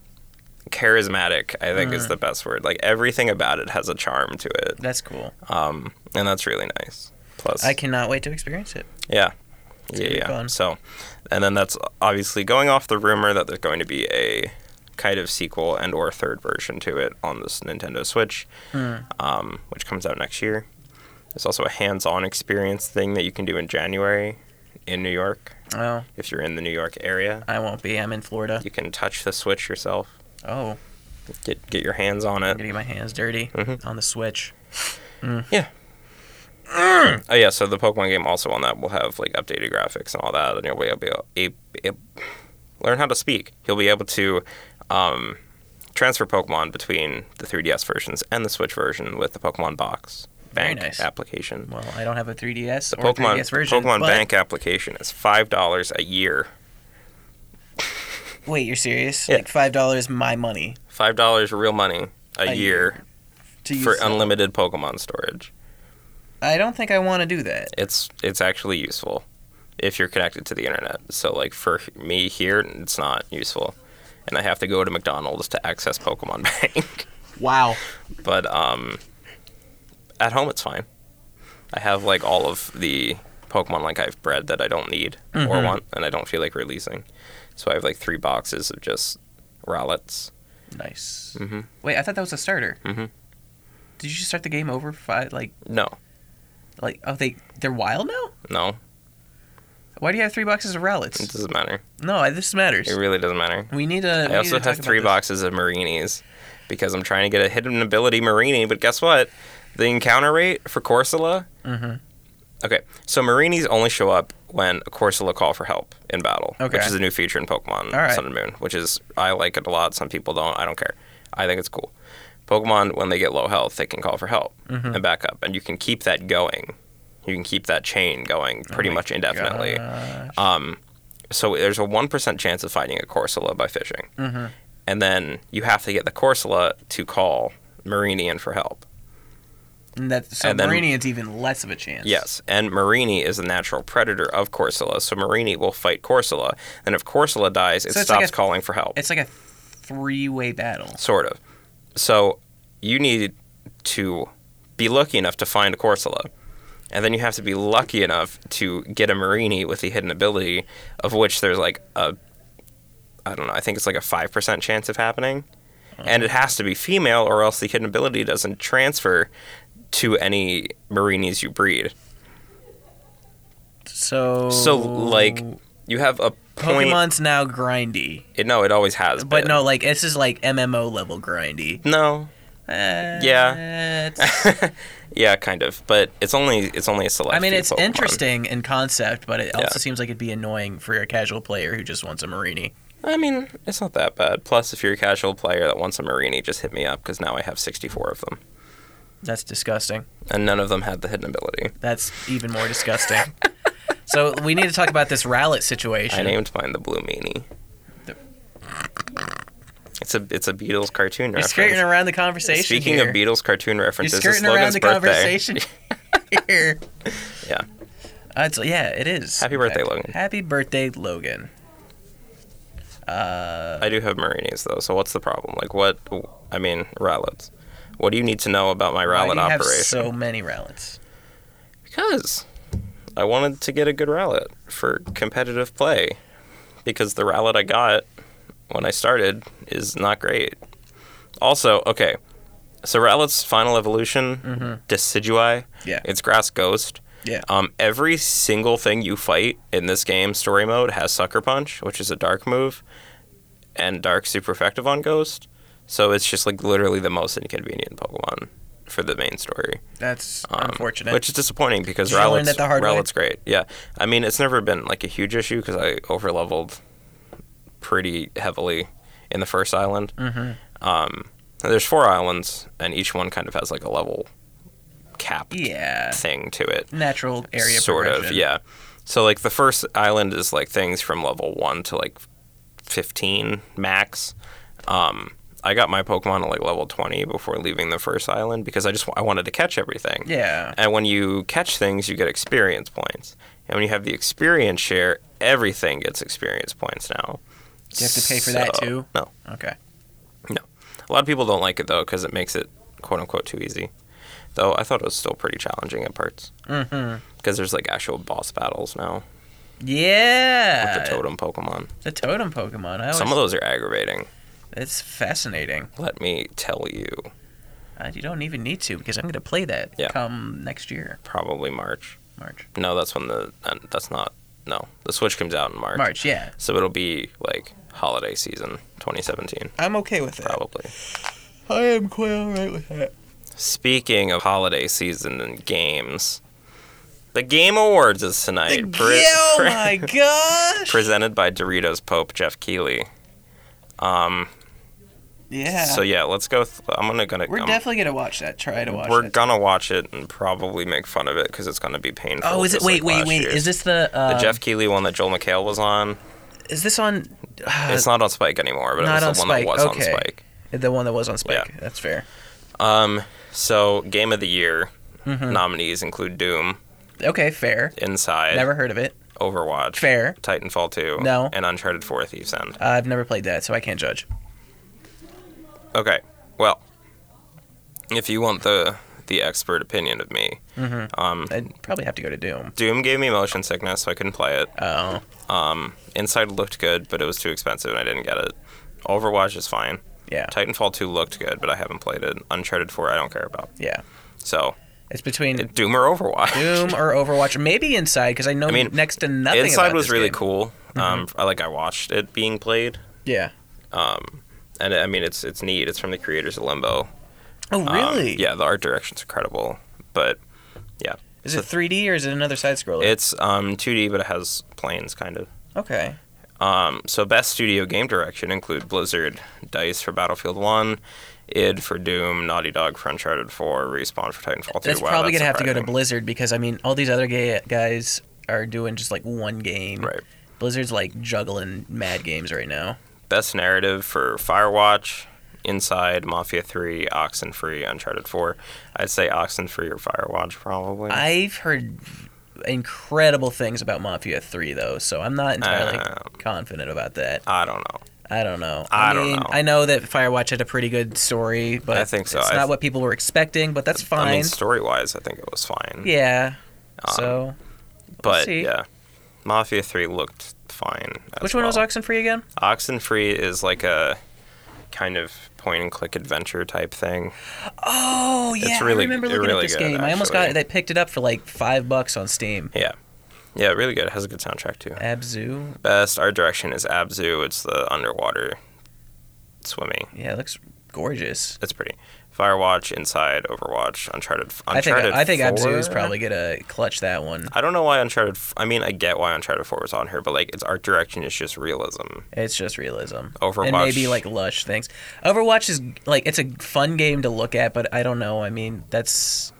Speaker 2: charismatic i think is the best word like everything about it has a charm to it
Speaker 1: That's cool.
Speaker 2: um and that's really nice plus
Speaker 1: I cannot wait to experience it.
Speaker 2: yeah yeah
Speaker 1: gonna be
Speaker 2: yeah
Speaker 1: fun.
Speaker 2: so and then that's obviously going off the rumor that there's going to be a kind of sequel and or third version to it on this nintendo switch
Speaker 1: Hmm.
Speaker 2: um, which comes out next year there's also a hands-on experience thing that you can do in january in new york
Speaker 1: Well,
Speaker 2: if you're in the new york area
Speaker 1: I won't be. I'm in Florida.
Speaker 2: you can touch the switch yourself
Speaker 1: Oh, I'm
Speaker 2: get get your hands on
Speaker 1: gonna
Speaker 2: it.
Speaker 1: get my hands dirty
Speaker 2: Mhm.
Speaker 1: on the Switch.
Speaker 2: Yeah. Oh yeah, so the Pokemon game also on that will have like updated graphics and all that, and you'll be able to a, a- learn how to speak. You'll be able to um, transfer Pokemon between the 3DS versions and the Switch version with the Pokemon Box
Speaker 1: Very
Speaker 2: Bank
Speaker 1: nice.
Speaker 2: application.
Speaker 1: Well, I don't have a 3DS
Speaker 2: The
Speaker 1: or a
Speaker 2: Pokemon
Speaker 1: 3DS version.
Speaker 2: Pokemon
Speaker 1: but-
Speaker 2: Bank application is five dollars a year.
Speaker 1: Wait, you're serious?
Speaker 2: Yeah.
Speaker 1: Like five dollars, my money
Speaker 2: Five dollars real money a,
Speaker 1: A
Speaker 2: year,
Speaker 1: to use.
Speaker 2: for
Speaker 1: that.
Speaker 2: unlimited Pokemon storage.
Speaker 1: I don't think I want to do that.
Speaker 2: it's it's actually useful if you're connected to the internet. So like for me here, it's not useful, and I have to go to McDonald's to access Pokemon <laughs> Bank.
Speaker 1: Wow.
Speaker 2: but um, at home it's fine. I have like all of the Pokemon like I've bred that I don't need or want, and I don't feel like releasing. So I have like three boxes of just Rowlets.
Speaker 1: Nice.
Speaker 2: Mhm.
Speaker 1: Wait, I thought that was a starter.
Speaker 2: Mhm.
Speaker 1: Did you just start the game over? for Five, like,
Speaker 2: No,
Speaker 1: like, oh, they they're wild now.
Speaker 2: no,
Speaker 1: Why do you have three boxes of
Speaker 2: it
Speaker 1: Rowlets?
Speaker 2: doesn't matter.
Speaker 1: No, I, this matters.
Speaker 2: It really doesn't matter.
Speaker 1: We need a.
Speaker 2: I also have three boxes of Marinis because I'm trying to get a hidden ability Marini, but guess what? The encounter rate for Corsola.
Speaker 1: Mhm.
Speaker 2: Okay, so Marinis only show up when Corsola call for help in battle,
Speaker 1: Okay.
Speaker 2: which is a new feature in Pokemon
Speaker 1: All right.
Speaker 2: Sun and Moon, which is I like it a lot. Some people don't. I don't care. I think it's cool. Pokemon, when they get low health, they can call for help
Speaker 1: Mm-hmm.
Speaker 2: and back up, and you can keep that going. You can keep that chain going
Speaker 1: Oh
Speaker 2: pretty much indefinitely. Um, so there's a one percent chance of finding a Corsola by fishing,
Speaker 1: Mhm.
Speaker 2: and then you have to get the Corsola to call Marini in for help.
Speaker 1: And that so
Speaker 2: and then-
Speaker 1: Marinian's even less of a chance.
Speaker 2: Yes, and Marini is the natural predator of Corsola, so Marini will fight Corsola, and if Corsola dies, it
Speaker 1: So it's
Speaker 2: stops
Speaker 1: like a-
Speaker 2: calling for help.
Speaker 1: It's like a three-way battle.
Speaker 2: Sort of. So you need to be lucky enough to find a Corsola. And then you have to be lucky enough to get a Marini with the hidden ability, of which there's like a, I don't know, I think it's like a 5% chance of happening.
Speaker 1: Mm-hmm.
Speaker 2: And it has to be female, or else the hidden ability doesn't transfer to any Marinis you breed.
Speaker 1: So.
Speaker 2: So, like, you have a point.
Speaker 1: Pokemon's now grindy,
Speaker 2: It, no, it always has.
Speaker 1: but
Speaker 2: been.
Speaker 1: no, like this is like MMO level grindy.
Speaker 2: No.
Speaker 1: Uh,
Speaker 2: Yeah.
Speaker 1: it's-
Speaker 2: <laughs> Yeah, kind of. But it's only it's only a select.
Speaker 1: I mean,
Speaker 2: few
Speaker 1: it's
Speaker 2: Pokemon.
Speaker 1: interesting in concept, but it also
Speaker 2: Yeah.
Speaker 1: seems like it'd be annoying for a casual player who just wants a Marini.
Speaker 2: I mean, it's not that bad. Plus, if you're a casual player that wants a Marini, just hit me up because now I have 64 of them,
Speaker 1: That's disgusting.
Speaker 2: and none of them had the hidden ability.
Speaker 1: That's even more
Speaker 2: <laughs>
Speaker 1: disgusting. so we need to talk about this Rowlet situation.
Speaker 2: I named mine the Blue Meanie.
Speaker 1: The-
Speaker 2: It's a it's a Beatles cartoon
Speaker 1: You're
Speaker 2: reference.
Speaker 1: skirting around the conversation.
Speaker 2: Speaking
Speaker 1: here.
Speaker 2: of Beatles cartoon
Speaker 1: you're
Speaker 2: references, it's
Speaker 1: skirting around
Speaker 2: Logan's
Speaker 1: the
Speaker 2: birthday. <laughs>
Speaker 1: conversation here.
Speaker 2: Yeah,
Speaker 1: Uh, it's- yeah, it is.
Speaker 2: Happy
Speaker 1: in
Speaker 2: birthday,
Speaker 1: fact.
Speaker 2: Logan.
Speaker 1: Happy birthday, Logan. Uh,
Speaker 2: I do have Marinis though. So what's the problem? Like, what? I mean, Rowlets. What do you need to know about my
Speaker 1: why do
Speaker 2: Rowlet
Speaker 1: you have
Speaker 2: operation?
Speaker 1: so many Rowlets?
Speaker 2: Because I wanted to get a good Rowlet for competitive play. because the rallet I got when I started is not great. Also, okay, so rallet's final evolution, Decidui,
Speaker 1: Yeah.
Speaker 2: it's Grass Ghost.
Speaker 1: Yeah.
Speaker 2: Um, every single thing you fight in this game, story mode, has Sucker Punch, which is a dark move, and Dark's super effective on Ghost. So it's just like literally the most inconvenient Pokemon for the main story.
Speaker 1: That's
Speaker 2: Um,
Speaker 1: unfortunate.
Speaker 2: Which is disappointing because
Speaker 1: Did you learn
Speaker 2: Rowlet's,
Speaker 1: that the hard way?
Speaker 2: Rowlet's great. Yeah. I mean, it's never been like a huge issue because I overleveled pretty heavily in the first island.
Speaker 1: Mhm.
Speaker 2: Um, there's four islands, and each one kind of has like a level cap
Speaker 1: yeah.
Speaker 2: thing to it.
Speaker 1: Natural area
Speaker 2: sort of,
Speaker 1: progression.
Speaker 2: yeah. So, like, the first island is like things from level one to like 15 max. Um, I got my Pokemon at like level 20 before leaving the first island because I just I wanted to catch everything.
Speaker 1: Yeah.
Speaker 2: And when you catch things, you get experience points. And when you have the experience share, everything gets experience points now.
Speaker 1: Do you have to pay for that, too?
Speaker 2: No.
Speaker 1: Okay.
Speaker 2: A lot of people don't like it, though, because it makes it quote unquote too easy. Though I thought it was still pretty challenging at parts.
Speaker 1: Mm-hmm.
Speaker 2: Because there's like actual boss battles now with
Speaker 1: Yeah.
Speaker 2: the totem Pokemon.
Speaker 1: The totem Pokemon. I always,
Speaker 2: Some of those are aggravating,
Speaker 1: It's fascinating.
Speaker 2: let me tell you.
Speaker 1: Uh, you don't even need to because I'm going to play that
Speaker 2: Yeah.
Speaker 1: come next year,
Speaker 2: Probably March.
Speaker 1: March.
Speaker 2: No, that's when the. uh, That's not. No. The Switch comes out in March.
Speaker 1: March, yeah.
Speaker 2: So it'll be like holiday season 2017,
Speaker 1: I'm okay with that.
Speaker 2: probably.
Speaker 1: I am quite all right with that.
Speaker 2: Speaking of holiday season and games, the Game Awards is tonight. Pre-
Speaker 1: oh
Speaker 2: pre-
Speaker 1: my gosh!
Speaker 2: <laughs> presented by Doritos Pope Jeff Keeley. Um.
Speaker 1: yeah.
Speaker 2: So yeah, let's go. Th- I'm gonna gonna.
Speaker 1: we're
Speaker 2: I'm-
Speaker 1: definitely going to watch that. Try to watch
Speaker 2: we're
Speaker 1: that.
Speaker 2: gonna watch it and probably make fun of it because it's gonna be painful.
Speaker 1: Oh, is it?
Speaker 2: just
Speaker 1: Wait,
Speaker 2: like
Speaker 1: wait,
Speaker 2: last
Speaker 1: wait.
Speaker 2: year's.
Speaker 1: Is this the. Um,
Speaker 2: the Jeff Keeley one that Joel McHale was on?
Speaker 1: Is this on. Uh, <sighs>
Speaker 2: it's not on Spike anymore, but
Speaker 1: not
Speaker 2: it
Speaker 1: on
Speaker 2: was the one
Speaker 1: Spike,
Speaker 2: that was
Speaker 1: okay.
Speaker 2: on Spike.
Speaker 1: the one that was on Spike.
Speaker 2: Yeah.
Speaker 1: That's fair.
Speaker 2: Um. So Game of the Year
Speaker 1: Mm-hmm.
Speaker 2: nominees include Doom,
Speaker 1: Okay, fair.
Speaker 2: Inside,
Speaker 1: Never heard of it.
Speaker 2: Overwatch,
Speaker 1: Fair.
Speaker 2: Titanfall 2.
Speaker 1: No.
Speaker 2: And Uncharted 4 Thieves End.
Speaker 1: Uh, I've never played that, so I can't judge.
Speaker 2: Okay. Well, if you want the the expert opinion of me,
Speaker 1: Mm-hmm.
Speaker 2: um,
Speaker 1: I'd probably have to go to Doom.
Speaker 2: Doom gave me motion sickness, so I couldn't play it.
Speaker 1: Oh.
Speaker 2: Um, Inside looked good, but it was too expensive and I didn't get it. Overwatch is fine.
Speaker 1: Yeah.
Speaker 2: Titanfall 2 looked good, but I haven't played it. Uncharted 4, I don't care about.
Speaker 1: Yeah.
Speaker 2: So,
Speaker 1: It's between
Speaker 2: Doom or Overwatch?
Speaker 1: Doom or Overwatch, maybe Inside, because I know
Speaker 2: mean,
Speaker 1: next to nothing.
Speaker 2: Inside
Speaker 1: about
Speaker 2: was
Speaker 1: this
Speaker 2: really
Speaker 1: game. Mm-hmm.
Speaker 2: cool. Um, I like I watched it being played.
Speaker 1: Yeah.
Speaker 2: Um, and I mean it's it's neat. It's from the creators of Limbo.
Speaker 1: Oh,
Speaker 2: Um,
Speaker 1: really?
Speaker 2: yeah, the art direction's incredible. But yeah,
Speaker 1: Is it 3D or is it another side scroller?
Speaker 2: it's um 2D, but it has planes kind of.
Speaker 1: okay.
Speaker 2: Um, so best studio game direction include Blizzard, Dice for Battlefield One, id for Doom, Naughty Dog for Uncharted Four, Respawn for Titanfall Two.
Speaker 1: That's
Speaker 2: Wow,
Speaker 1: probably
Speaker 2: that's
Speaker 1: gonna have to go to
Speaker 2: surprising.
Speaker 1: Blizzard because I mean, all these other ga guys are doing just like one game.
Speaker 2: Right. Hmm.
Speaker 1: Blizzard's like juggling mad games right now.
Speaker 2: Best narrative for Firewatch, Inside, Mafia 3, Oxenfree, Uncharted 4. I'd say Oxenfree or Firewatch probably.
Speaker 1: I've heard incredible things about Mafia 3 though, so I'm not entirely
Speaker 2: Uh.
Speaker 1: confident about that.
Speaker 2: I don't know.
Speaker 1: I don't know.
Speaker 2: I don't know.
Speaker 1: I know that Firewatch had a pretty good story, but
Speaker 2: I think so.
Speaker 1: it's
Speaker 2: I
Speaker 1: not
Speaker 2: th-
Speaker 1: what people were expecting, but that's fine.
Speaker 2: I mean, story wise, I think it was fine.
Speaker 1: yeah.
Speaker 2: Um,
Speaker 1: so,
Speaker 2: but
Speaker 1: see.
Speaker 2: yeah, Mafia 3 looked fine. as
Speaker 1: which one was
Speaker 2: well.
Speaker 1: Oxenfree again?
Speaker 2: Oxenfree is like a kind of point and click adventure type thing.
Speaker 1: Oh yeah, I
Speaker 2: really-
Speaker 1: remember
Speaker 2: it's
Speaker 1: looking
Speaker 2: really
Speaker 1: at this
Speaker 2: good,
Speaker 1: game. I almost got
Speaker 2: actually.
Speaker 1: it. They picked it up for like five bucks on Steam.
Speaker 2: Yeah. Yeah, really good. It has a good soundtrack too.
Speaker 1: Abzu.
Speaker 2: Best art direction is Abzu. It's the underwater swimming.
Speaker 1: Yeah, it looks gorgeous.
Speaker 2: It's pretty. Firewatch, Inside, Overwatch, Uncharted.
Speaker 1: I think
Speaker 2: Uncharted
Speaker 1: I think
Speaker 2: 4?
Speaker 1: Abzu is probably gonna clutch that one.
Speaker 2: I don't know why Uncharted. f- I mean, I get why Uncharted Four was on here, but like its art direction is just realism.
Speaker 1: It's just realism.
Speaker 2: Overwatch-
Speaker 1: and maybe like lush things. Overwatch is like it's a fun game to look at, but I don't know. I mean, that's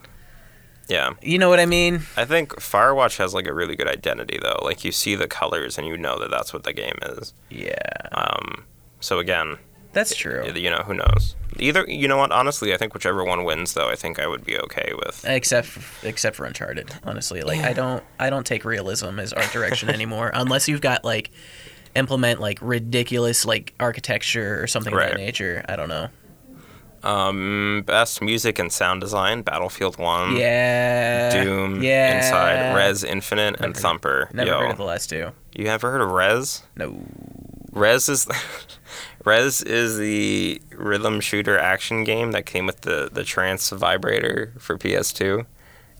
Speaker 2: Yeah,
Speaker 1: you know what I mean.
Speaker 2: I think Firewatch has like a really good identity though. Like you see the colors and you know that that's what the game is.
Speaker 1: Yeah,
Speaker 2: Um, so again,
Speaker 1: that's true.
Speaker 2: you know who knows. Either you know what? Honestly, I think whichever one wins though, I think I would be okay with.
Speaker 1: except except for uncharted honestly like i
Speaker 2: Yeah.
Speaker 1: don't i don't take realism as art direction anymore unless you've got like implement like ridiculous like architecture or something of
Speaker 2: Right.
Speaker 1: that nature i don't know
Speaker 2: Um, best music and sound design: Battlefield One,
Speaker 1: Yeah.
Speaker 2: Mm. Doom,
Speaker 1: Yeah.
Speaker 2: Inside, Res Infinite, and
Speaker 1: Never-
Speaker 2: Thumper.
Speaker 1: Never
Speaker 2: Yo,
Speaker 1: heard of the last two.
Speaker 2: you ever heard of Res?
Speaker 1: No.
Speaker 2: Res is <laughs> Res is the rhythm shooter action game that came with the the trance vibrator for PS2,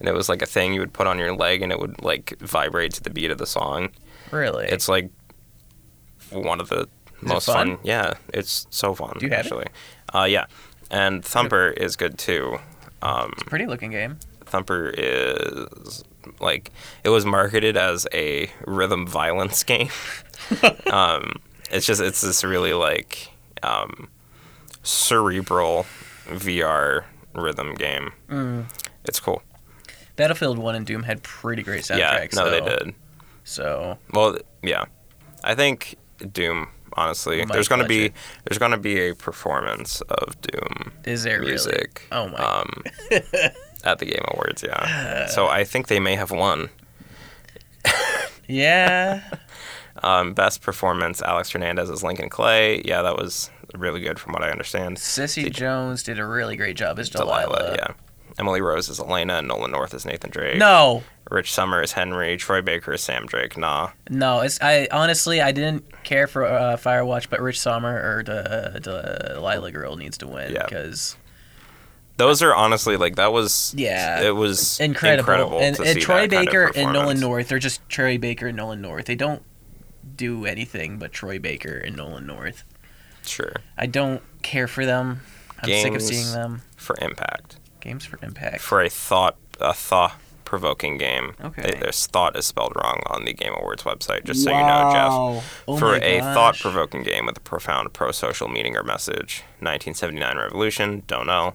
Speaker 2: and it was like a thing you would put on your leg and it would like vibrate to the beat of the song.
Speaker 1: Really?
Speaker 2: It's like one of the most
Speaker 1: fun?
Speaker 2: fun? Yeah, it's so fun.
Speaker 1: Do you have it?
Speaker 2: actually? Uh, yeah, and Thumper is good too. Um,
Speaker 1: a pretty looking game.
Speaker 2: Thumper is like it was marketed as a rhythm violence <laughs>
Speaker 1: <laughs>
Speaker 2: game. um, it's just it's this really like um, cerebral VR rhythm game.
Speaker 1: Mm.
Speaker 2: It's cool.
Speaker 1: Battlefield 1 and Doom had pretty great
Speaker 2: yeah,
Speaker 1: soundtracks.
Speaker 2: no, they
Speaker 1: though.
Speaker 2: did.
Speaker 1: So,
Speaker 2: Well, th- yeah, I think Doom. Honestly,
Speaker 1: Might
Speaker 2: there's gonna
Speaker 1: clutch
Speaker 2: be
Speaker 1: it.
Speaker 2: there's gonna be a performance of Doom
Speaker 1: is there really?
Speaker 2: music.
Speaker 1: Oh my. <laughs>
Speaker 2: Um, at the Game Awards, yeah. So I think they may have won. <laughs>
Speaker 1: Yeah.
Speaker 2: Um, best performance, Alex Hernandez as Lincoln Clay. Yeah, that was really good from what I understand.
Speaker 1: Sissy Jones did a really great job as Delilah.
Speaker 2: Delilah, yeah. Emily Rose is Elena, and Nolan North is Nathan Drake.
Speaker 1: No.
Speaker 2: Rich Summer is Henry, Troy Baker is Sam Drake. Nah.
Speaker 1: No, it's I honestly I didn't care for uh, Firewatch, but Rich Sommer or De, De, Delilah Girl needs to win
Speaker 2: Yeah.
Speaker 1: because
Speaker 2: Those are honestly like that was
Speaker 1: Yeah.
Speaker 2: It was
Speaker 1: incredible. and
Speaker 2: to
Speaker 1: and
Speaker 2: see
Speaker 1: Troy
Speaker 2: that kind of
Speaker 1: Baker and Nolan
Speaker 2: performance.
Speaker 1: North, they're just Troy Baker and Nolan North. They don't do anything but Troy Baker and Nolan North.
Speaker 2: Sure.
Speaker 1: I don't care for them. I'm sick of
Speaker 2: Games.
Speaker 1: seeing them.
Speaker 2: For impact.
Speaker 1: Games for Impact.
Speaker 2: For a thought a thought provoking game.
Speaker 1: Okay.
Speaker 2: They, this thought is spelled wrong on the Game Awards website, just so you know, Jeff.
Speaker 1: Oh
Speaker 2: for
Speaker 1: my
Speaker 2: a
Speaker 1: gosh.
Speaker 2: thought provoking game with a profound pro social meaning or message. 1979 Revolution, don't know.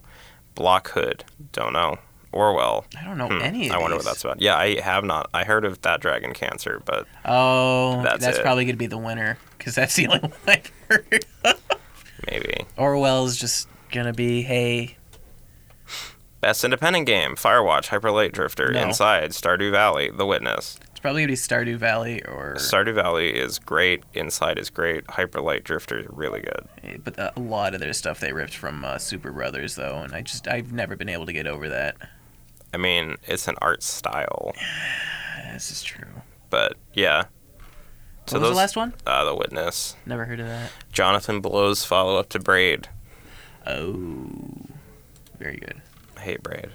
Speaker 2: Block Hood, don't know. Orwell.
Speaker 1: I don't know Oh,
Speaker 2: hmm,
Speaker 1: any of
Speaker 2: I wonder
Speaker 1: these.
Speaker 2: what that's about. Yeah, I have not. I heard of that dragon cancer, but
Speaker 1: Oh, that's,
Speaker 2: That's it.
Speaker 1: probably going to be the winner because that's the only <laughs> one I've heard.
Speaker 2: maybe.
Speaker 1: Orwell's just going to be, hey,
Speaker 2: Best independent game Firewatch, Hyperlight Drifter,
Speaker 1: No.
Speaker 2: Inside, Stardew Valley, The Witness.
Speaker 1: it's probably going to be Stardew Valley or
Speaker 2: Stardew Valley is great. Inside is great. Hyperlight Drifter is really good.
Speaker 1: but a lot of their stuff they ripped from uh, Super Brothers though, and I just I've never been able to get over that.
Speaker 2: I mean, it's an art style,
Speaker 1: This is true.
Speaker 2: but yeah.
Speaker 1: what was the last one?
Speaker 2: Uh, the Witness.
Speaker 1: Never heard of that.
Speaker 2: Jonathan Blow's follow up to Braid.
Speaker 1: Oh, very good.
Speaker 2: I hate Braid.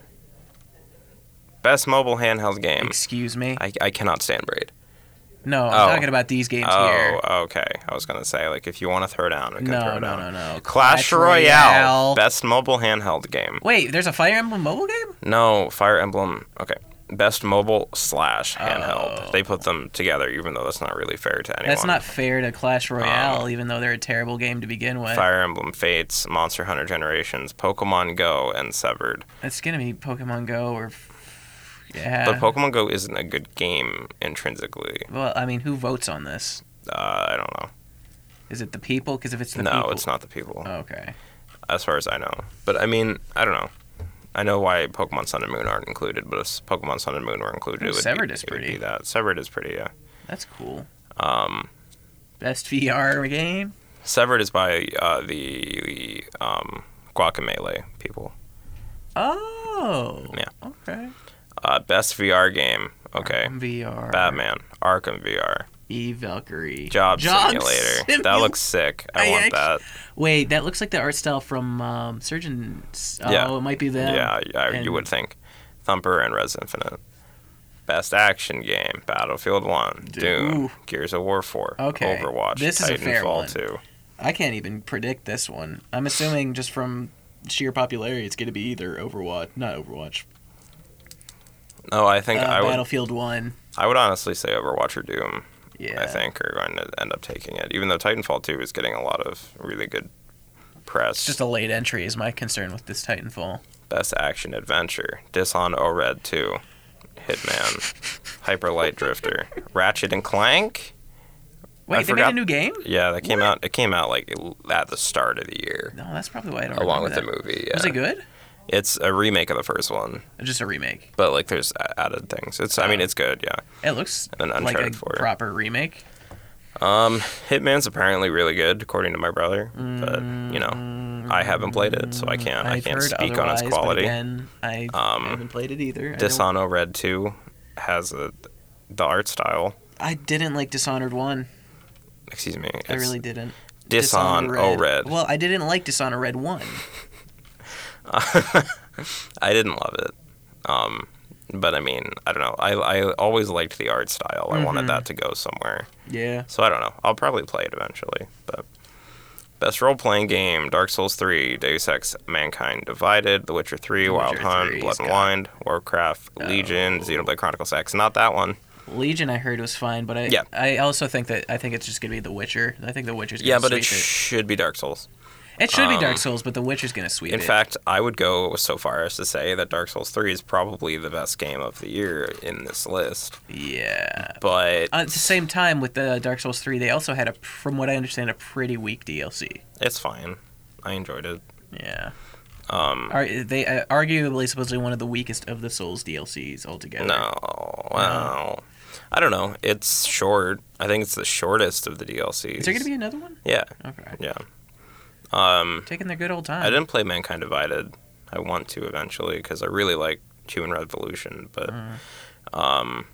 Speaker 2: Best mobile handheld game.
Speaker 1: Excuse me.
Speaker 2: I, I cannot stand Braid.
Speaker 1: No, I'm
Speaker 2: Oh.
Speaker 1: talking about these games
Speaker 2: Oh,
Speaker 1: here.
Speaker 2: okay. I was gonna say like if you want to throw down, we can
Speaker 1: No,
Speaker 2: throw
Speaker 1: no,
Speaker 2: down.
Speaker 1: no, no.
Speaker 2: Clash,
Speaker 1: Clash
Speaker 2: Royale.
Speaker 1: Royale.
Speaker 2: Best mobile handheld game.
Speaker 1: Wait, there's a Fire Emblem mobile game?
Speaker 2: No, Fire Emblem. Okay. Best mobile slash handheld.
Speaker 1: Oh.
Speaker 2: They put them together, even though that's not really fair to anyone.
Speaker 1: That's not fair to Clash Royale, even though they're a terrible game to begin with.
Speaker 2: Oh. Fire Emblem Fates, Monster Hunter Generations, Pokemon Go, and Severed.
Speaker 1: It's gonna be Pokemon Go or yeah.
Speaker 2: But Pokemon Go isn't a good game intrinsically.
Speaker 1: well, I mean, who votes on this?
Speaker 2: Uh, I don't know.
Speaker 1: Is it the people? Because if it's the
Speaker 2: no,
Speaker 1: people, Oh.
Speaker 2: it's not the people.
Speaker 1: Okay.
Speaker 2: as far as I know. But I mean, I don't know. I know why Pokemon Sun and Moon aren't included, but if Pokemon Sun and Moon were included,
Speaker 1: Oh,
Speaker 2: it would,
Speaker 1: Severed
Speaker 2: be,
Speaker 1: is
Speaker 2: it would be
Speaker 1: pretty.
Speaker 2: that. Severed is pretty, yeah.
Speaker 1: That's cool.
Speaker 2: Um,
Speaker 1: Best VR game?
Speaker 2: Severed is by uh, the, the um, Guacamele people.
Speaker 1: Oh.
Speaker 2: Yeah.
Speaker 1: Okay.
Speaker 2: Uh, best VR game, okay.
Speaker 1: Arkham VR.
Speaker 2: Batman, Arkham VR,
Speaker 1: E Valkyrie.
Speaker 2: Job,
Speaker 1: Job
Speaker 2: Simulator. that
Speaker 1: Simula-
Speaker 2: looks sick. I,
Speaker 1: I
Speaker 2: want
Speaker 1: actu-
Speaker 2: that.
Speaker 1: Wait, that looks like the art style from um, Surgeon. Oh,
Speaker 2: Yeah.
Speaker 1: it might be them.
Speaker 2: yeah, I,
Speaker 1: and-
Speaker 2: you would think. Thumper and Res Infinite. Best action game: Battlefield One, Doom,
Speaker 1: Ooh.
Speaker 2: Gears of War Four,
Speaker 1: Okay,
Speaker 2: Overwatch,
Speaker 1: this is a fair one.
Speaker 2: Titanfall Two.
Speaker 1: I can't even predict this one. I'm assuming just from sheer popularity, it's going to be either Overwatch, not Overwatch,
Speaker 2: No, I
Speaker 1: uh,
Speaker 2: think I would.
Speaker 1: Battlefield One.
Speaker 2: I would honestly say Overwatch or Doom.
Speaker 1: Yeah.
Speaker 2: I think are going to end up taking it, even though Titanfall Two is getting a lot of really good press.
Speaker 1: It's just a late entry is my concern with this Titanfall.
Speaker 2: Best action adventure: Dishon Red Two, Hitman, Hyper Light Drifter, Ratchet and Clank.
Speaker 1: Wait,
Speaker 2: I
Speaker 1: they made a
Speaker 2: forgot-
Speaker 1: new game?
Speaker 2: Yeah, that came out. It came out like at the start of the year,
Speaker 1: No, that's probably why I don't.
Speaker 2: along with
Speaker 1: remember
Speaker 2: the movie. Yeah.
Speaker 1: that. Was it good?
Speaker 2: It's a remake of the first one,
Speaker 1: Or just a remake.
Speaker 2: but like there's a- added things. It's I
Speaker 1: Uh.
Speaker 2: mean it's good, yeah.
Speaker 1: It looks
Speaker 2: And then
Speaker 1: like a
Speaker 2: Uncharted 4.
Speaker 1: proper remake.
Speaker 2: Um, Hitman's apparently really good according to my brother, but you know,
Speaker 1: Mm,
Speaker 2: I haven't played it, so I can't. I
Speaker 1: I've
Speaker 2: can't
Speaker 1: heard
Speaker 2: speak on
Speaker 1: otherwise,
Speaker 2: its
Speaker 1: but
Speaker 2: quality.
Speaker 1: Again, I
Speaker 2: Um,
Speaker 1: haven't played it either. I don't-
Speaker 2: Dishonored Red Two has a, the art style.
Speaker 1: I didn't like Dishonored One.
Speaker 2: Excuse me.
Speaker 1: I
Speaker 2: it's
Speaker 1: really didn't.
Speaker 2: Dishon O Oh, Red.
Speaker 1: Well, I didn't like Dishonored Red One.
Speaker 2: <laughs> I didn't love it. Um, but I mean, I don't know. I, I always liked the art style. I wanted that to go somewhere.
Speaker 1: Yeah.
Speaker 2: So I don't know. I'll probably play it eventually. But best role playing game: Dark Souls Three, Deus Ex: Mankind Divided, The Witcher Three, Oh. Wild
Speaker 1: Witcher
Speaker 2: Hunt,
Speaker 1: 3's
Speaker 2: Blood and
Speaker 1: got-
Speaker 2: Wine, Warcraft, Legion, Xenoblade Chronicles X. Not that one.
Speaker 1: Legion, I heard was fine, but I
Speaker 2: Yeah.
Speaker 1: I also think that I think it's just gonna be The Witcher. I think The Witcher's gonna
Speaker 2: Yeah, but
Speaker 1: sweep
Speaker 2: it should be Dark Souls.
Speaker 1: it. It should be
Speaker 2: um,
Speaker 1: Dark Souls, but The Witcher's gonna sweep
Speaker 2: In
Speaker 1: it.
Speaker 2: fact, I would go so far as to say that Dark Souls 3 is probably the best game of the year in this list.
Speaker 1: yeah.
Speaker 2: But
Speaker 1: Uh, at the same time, with the Dark Souls three, they also had a, from what I understand, a pretty weak DLC.
Speaker 2: it's fine. I enjoyed it.
Speaker 1: Yeah.
Speaker 2: Um,
Speaker 1: Ar- they uh, arguably supposedly one of the weakest of the Souls DLCs altogether.
Speaker 2: no. Well, I don't know. It's short. I think it's the shortest of the DLCs.
Speaker 1: Is there gonna be another one?
Speaker 2: Yeah.
Speaker 1: Okay.
Speaker 2: Yeah. Um,
Speaker 1: Taking their good old time.
Speaker 2: I didn't play Mankind Divided. I want to eventually because I really like Human Revolution, but
Speaker 1: Uh-huh.
Speaker 2: um,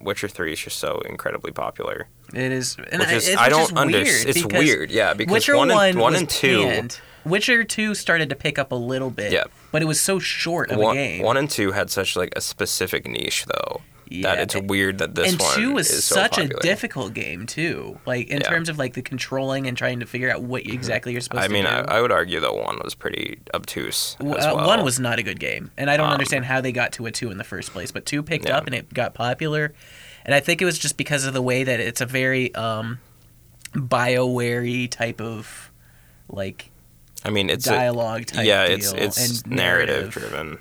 Speaker 2: Witcher 3 is just so incredibly popular.
Speaker 1: It is. And
Speaker 2: Which
Speaker 1: I-
Speaker 2: is,
Speaker 1: it's
Speaker 2: I
Speaker 1: just
Speaker 2: don't understand.
Speaker 1: Weird
Speaker 2: It's
Speaker 1: because
Speaker 2: weird, yeah, because
Speaker 1: Witcher
Speaker 2: one and, one
Speaker 1: was
Speaker 2: and two,
Speaker 1: panned. Witcher two started to pick up a little bit.
Speaker 2: Yeah.
Speaker 1: But it was so short of a
Speaker 2: one,
Speaker 1: game.
Speaker 2: one and two had such like a specific niche though
Speaker 1: Yeah,
Speaker 2: that it's
Speaker 1: and-
Speaker 2: weird that this
Speaker 1: and
Speaker 2: one
Speaker 1: two was
Speaker 2: is so
Speaker 1: such
Speaker 2: popular.
Speaker 1: a difficult game too. Like in
Speaker 2: Yeah. Mm-hmm.
Speaker 1: terms of like the controlling and trying to figure out what exactly you're supposed
Speaker 2: I mean,
Speaker 1: to do.
Speaker 2: I, I would argue that one was pretty obtuse
Speaker 1: W-
Speaker 2: as
Speaker 1: uh,
Speaker 2: well.
Speaker 1: One was not a good game, and I don't
Speaker 2: Um,
Speaker 1: understand how they got to a two in the first place. But two picked
Speaker 2: Yeah.
Speaker 1: up and it got popular, and I think it was just because of the way that it's a very um, Bioware type of like
Speaker 2: I mean, it's a,
Speaker 1: dialogue type.
Speaker 2: yeah,
Speaker 1: deal
Speaker 2: it's it's
Speaker 1: and
Speaker 2: narrative driven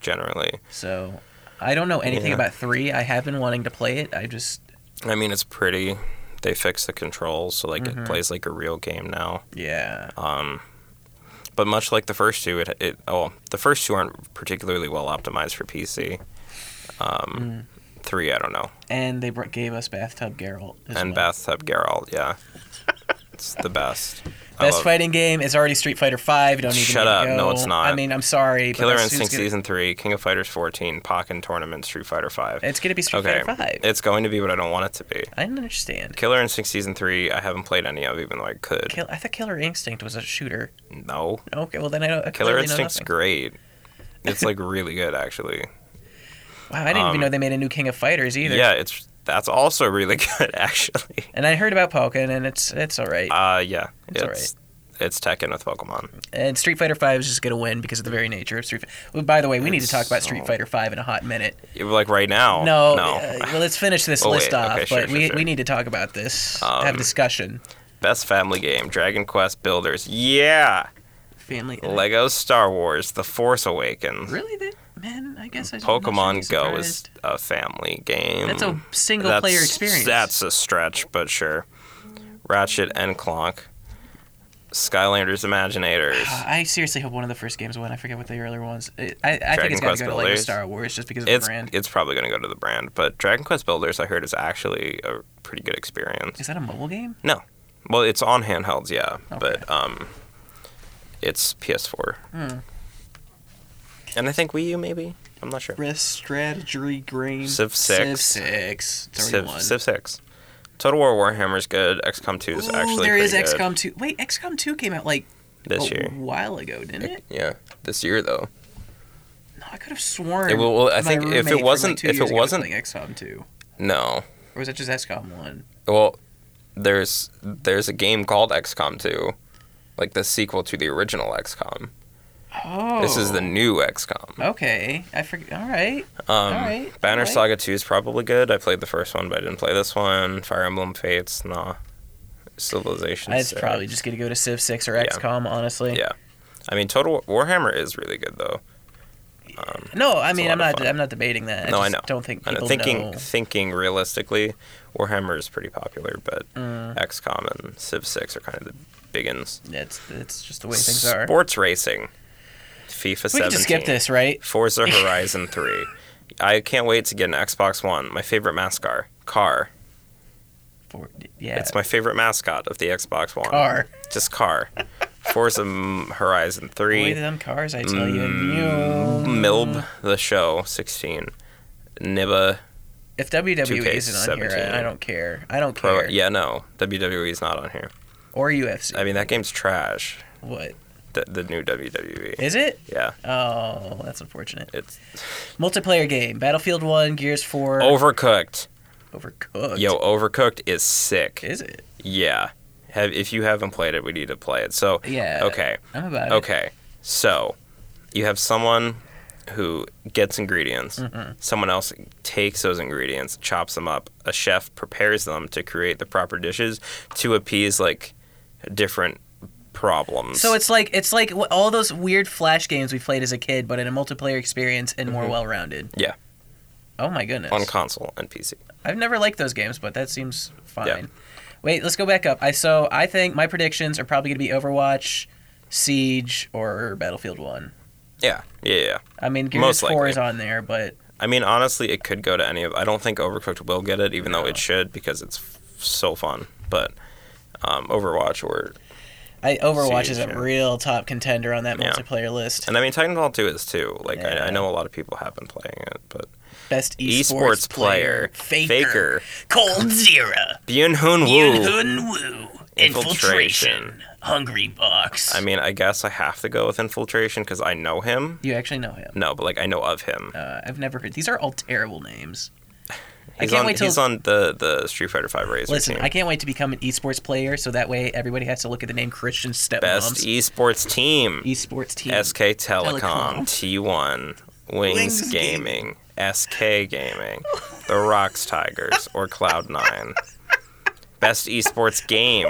Speaker 2: generally.
Speaker 1: So I don't know anything
Speaker 2: Yeah.
Speaker 1: about three. I have been wanting to play it. I just
Speaker 2: I mean, it's pretty. They fixed the controls so like
Speaker 1: Mm-hmm.
Speaker 2: it plays like a real game now.
Speaker 1: yeah.
Speaker 2: Ah. But much like the first two, it, it oh the first two aren't particularly well optimized for PC.
Speaker 1: Mm.
Speaker 2: Um, Three, I don't know.
Speaker 1: and they br- gave us bathtub Geralt. as
Speaker 2: and
Speaker 1: well.
Speaker 2: bathtub Geralt. Yeah, it's the best. I
Speaker 1: Best
Speaker 2: love-
Speaker 1: fighting game is already Street Fighter Five. You don't even
Speaker 2: Shut
Speaker 1: need to
Speaker 2: up.
Speaker 1: Go.
Speaker 2: No, it's not.
Speaker 1: I mean, I'm sorry.
Speaker 2: Killer
Speaker 1: but that's who's
Speaker 2: Instinct
Speaker 1: gonna-
Speaker 2: Season Three, King of Fighters 14, Pokken Tournament, Street Fighter Five.
Speaker 1: It's gonna be Street
Speaker 2: okay,
Speaker 1: Fighter Five.
Speaker 2: it's going to be what I don't want it to be.
Speaker 1: I didn't understand.
Speaker 2: Killer Instinct Season Three, I haven't played any of, even though I could.
Speaker 1: Kill, I thought Killer Instinct was a shooter.
Speaker 2: no,
Speaker 1: Okay, well then I don't. I
Speaker 2: Killer
Speaker 1: clearly know
Speaker 2: Instinct's
Speaker 1: nothing.
Speaker 2: great. It's
Speaker 1: <laughs>
Speaker 2: like really good, actually.
Speaker 1: Wow, I didn't
Speaker 2: um,
Speaker 1: even know they made a new King of Fighters either.
Speaker 2: Yeah, it's that's also really <laughs> good, actually.
Speaker 1: And I heard about Pokken, and it's it's all right.
Speaker 2: Uh, yeah,
Speaker 1: It's all
Speaker 2: it's Tekken with Pokemon.
Speaker 1: and Street Fighter Five is just gonna win because of the very nature of Street. Fi- Well, by the way, we need to
Speaker 2: It's
Speaker 1: talk about
Speaker 2: so-
Speaker 1: Street Fighter Five in a hot minute.
Speaker 2: You're like right now.
Speaker 1: No,
Speaker 2: no.
Speaker 1: uh, well, let's finish this
Speaker 2: Oh,
Speaker 1: list
Speaker 2: wait,
Speaker 1: off,
Speaker 2: okay, sure,
Speaker 1: but
Speaker 2: sure,
Speaker 1: we
Speaker 2: sure.
Speaker 1: we need to talk about this.
Speaker 2: Um,
Speaker 1: have a discussion.
Speaker 2: <laughs> Best family game: Dragon Quest Builders. Yeah.
Speaker 1: Family. uh,
Speaker 2: Lego Star Wars: The Force Awakens.
Speaker 1: really? That, man, I guess I.
Speaker 2: Pokemon Go is a family game.
Speaker 1: That's a single
Speaker 2: That's-
Speaker 1: player experience.
Speaker 2: That's a stretch, but sure. Ratchet and Clonk. Skylanders Imaginators.
Speaker 1: I seriously hope one of the first games won. I forget what the earlier ones. I, I, I think
Speaker 2: Dragon
Speaker 1: it's got
Speaker 2: Quest
Speaker 1: to go to Lego
Speaker 2: Builders.
Speaker 1: Star Wars just because of
Speaker 2: It's
Speaker 1: <sighs> the brand.
Speaker 2: it's probably going to go to the brand, but Dragon Quest Builders I heard is actually a pretty good experience.
Speaker 1: Is that a mobile game?
Speaker 2: No. Well, it's on handhelds, yeah,
Speaker 1: Okay.
Speaker 2: but um it's PS4.
Speaker 1: Hmm.
Speaker 2: And I think Wii U maybe. I'm not sure.
Speaker 1: Risk strategy game.
Speaker 2: Civ
Speaker 1: Civ
Speaker 2: six.
Speaker 1: six. It's already
Speaker 2: Civ,
Speaker 1: won.
Speaker 2: Civ 6. Total War Warhammer's good. XCOM 2 is
Speaker 1: Ooh,
Speaker 2: actually
Speaker 1: there is Oh.
Speaker 2: pretty good
Speaker 1: XCOM two. Wait, XCOM two came out like
Speaker 2: this
Speaker 1: a
Speaker 2: year.
Speaker 1: while ago, didn't it?
Speaker 2: Yeah, this year though.
Speaker 1: No, I could have sworn.
Speaker 2: It will- well,
Speaker 1: my
Speaker 2: I think if it
Speaker 1: roommate from, like,
Speaker 2: wasn't-
Speaker 1: two
Speaker 2: if it
Speaker 1: years ago was
Speaker 2: wasn't-
Speaker 1: playing XCOM two,
Speaker 2: No.
Speaker 1: or was that just XCOM one?
Speaker 2: Well, there's there's a game called XCOM 2, like the sequel to the original XCOM.
Speaker 1: Oh,
Speaker 2: This is the new XCOM.
Speaker 1: okay. I forget. All right,
Speaker 2: Um,
Speaker 1: right,
Speaker 2: Banner
Speaker 1: all right.
Speaker 2: Saga 2 is probably good. I played the first one, but I didn't play this one. Fire Emblem Fates, nah. Civilization.
Speaker 1: it's
Speaker 2: 6.
Speaker 1: probably just gonna go to Civ six or
Speaker 2: Yeah.
Speaker 1: XCOM. Honestly,
Speaker 2: Yeah. I mean, Total War- Warhammer is really good though. Um,
Speaker 1: No, I
Speaker 2: a
Speaker 1: mean
Speaker 2: lot
Speaker 1: I'm
Speaker 2: of
Speaker 1: not.
Speaker 2: fun.
Speaker 1: I'm not debating that. I
Speaker 2: no,
Speaker 1: just
Speaker 2: I know.
Speaker 1: Don't think
Speaker 2: I know.
Speaker 1: people
Speaker 2: Thinking
Speaker 1: know.
Speaker 2: thinking realistically, Warhammer is pretty popular,
Speaker 1: Mm.
Speaker 2: but XCOM and Civ 6 are kind of the big uns.
Speaker 1: It's it's just the way things are.
Speaker 2: Sports racing. FIFA
Speaker 1: we
Speaker 2: 17.
Speaker 1: can just skip this, right? <laughs>
Speaker 2: Forza Horizon 3. I can't wait to get an Xbox One. My favorite mascar. Car.
Speaker 1: For, yeah.
Speaker 2: It's my favorite mascot of the Xbox One.
Speaker 1: car.
Speaker 2: Just car. Forza M- Horizon
Speaker 1: Boy,
Speaker 2: 3,
Speaker 1: them cars, I tell you.
Speaker 2: Mm.
Speaker 1: you.
Speaker 2: Milb the Show 16, Nibba
Speaker 1: If WWE
Speaker 2: 2K
Speaker 1: isn't on here, I-
Speaker 2: 17.
Speaker 1: I don't care. I don't
Speaker 2: Pro.
Speaker 1: care.
Speaker 2: Yeah, no, WWE is not on here.
Speaker 1: Or UFC.
Speaker 2: I mean, that game's trash.
Speaker 1: what?
Speaker 2: The, the new WWE.
Speaker 1: Is it?
Speaker 2: Yeah,
Speaker 1: Oh, that's unfortunate.
Speaker 2: it's
Speaker 1: Multiplayer game. Battlefield 1, Gears 4,
Speaker 2: Overcooked.
Speaker 1: Overcooked.
Speaker 2: Oh. Yo, Overcooked is sick.
Speaker 1: Is it?
Speaker 2: Yeah. Have, if you haven't played it, we need to play it. So,
Speaker 1: Yeah.
Speaker 2: okay.
Speaker 1: I'm about it.
Speaker 2: Okay. So, you have someone who gets ingredients.
Speaker 1: Mm-hmm.
Speaker 2: Someone else takes those ingredients, chops them up. A chef prepares them to create the proper dishes to appease like different problems.
Speaker 1: So it's like it's like wh- all those weird flash games we played as a kid, but in a multiplayer experience and more well-rounded.
Speaker 2: Mm-hmm. Yeah.
Speaker 1: Oh my goodness.
Speaker 2: on console and PC.
Speaker 1: I've never liked those games, but that seems fine. Wait, let's go back up. I so I think my predictions are probably going to be Overwatch, Siege, or Battlefield One.
Speaker 2: Yeah. Yeah, yeah.
Speaker 1: I mean, Gears
Speaker 2: Most
Speaker 1: Four
Speaker 2: likely.
Speaker 1: is on there, but
Speaker 2: I mean, honestly, it could go to any of. I don't think Overcooked will get it, even though it should because it's f- so fun. But um, Overwatch or
Speaker 1: I, Overwatch is
Speaker 2: Siege,
Speaker 1: a
Speaker 2: yeah.
Speaker 1: real top contender on that
Speaker 2: Yeah.
Speaker 1: multiplayer list.
Speaker 2: and I mean Titanfall two is too. Like I,
Speaker 1: Yeah.
Speaker 2: I know a lot of people have been playing it, but
Speaker 1: Best
Speaker 2: esports
Speaker 1: esports,
Speaker 2: player,
Speaker 1: player, Faker,
Speaker 2: Faker.
Speaker 1: Cold Zera,
Speaker 2: Byun Hun Woo.
Speaker 1: Yun Woo,
Speaker 2: Infiltration.
Speaker 1: Infiltration, Hungry Box.
Speaker 2: I mean, I guess I have to go with Infiltration because I know him.
Speaker 1: you actually know him.
Speaker 2: No, but like I know of him.
Speaker 1: Uh, I've never heard. These are all terrible
Speaker 2: <laughs>
Speaker 1: names. I
Speaker 2: He's
Speaker 1: can't
Speaker 2: on.
Speaker 1: wait till
Speaker 2: he's on the the Street Fighter Five Razor
Speaker 1: Listen,
Speaker 2: team.
Speaker 1: I can't wait to become an esports player, so that way everybody has to look at the name Christian
Speaker 2: Best
Speaker 1: Stepmoms.
Speaker 2: esports team.
Speaker 1: esports team.
Speaker 2: SK Telecom,
Speaker 1: Telecom.
Speaker 2: T1, Wings,
Speaker 1: Wings
Speaker 2: Gaming, SK Gaming, The Rocks Tigers, or Cloud9. Best esports game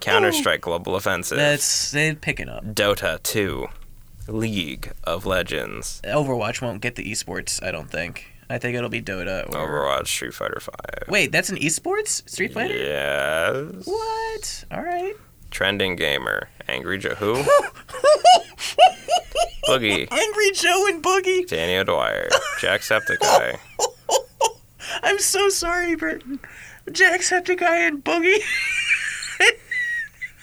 Speaker 2: Counter Strike Global Offensive,
Speaker 1: Oh, That's they're picking up.
Speaker 2: Dota 2, League of Legends,
Speaker 1: Overwatch won't get the esports. I don't think. I think it'll be Dota or.
Speaker 2: Overwatch, Street Fighter 5.
Speaker 1: Wait, that's an esports Street Fighter.
Speaker 2: Yes.
Speaker 1: What? All right.
Speaker 2: Trending Gamer, Angry
Speaker 1: <laughs>
Speaker 2: Yahoo, Boogie,
Speaker 1: Angry Joe and Boogie.
Speaker 2: Danny O'Dwyer, Jacksepticeye,
Speaker 1: I'm so sorry, Burton. Jacksepticeye and Boogie.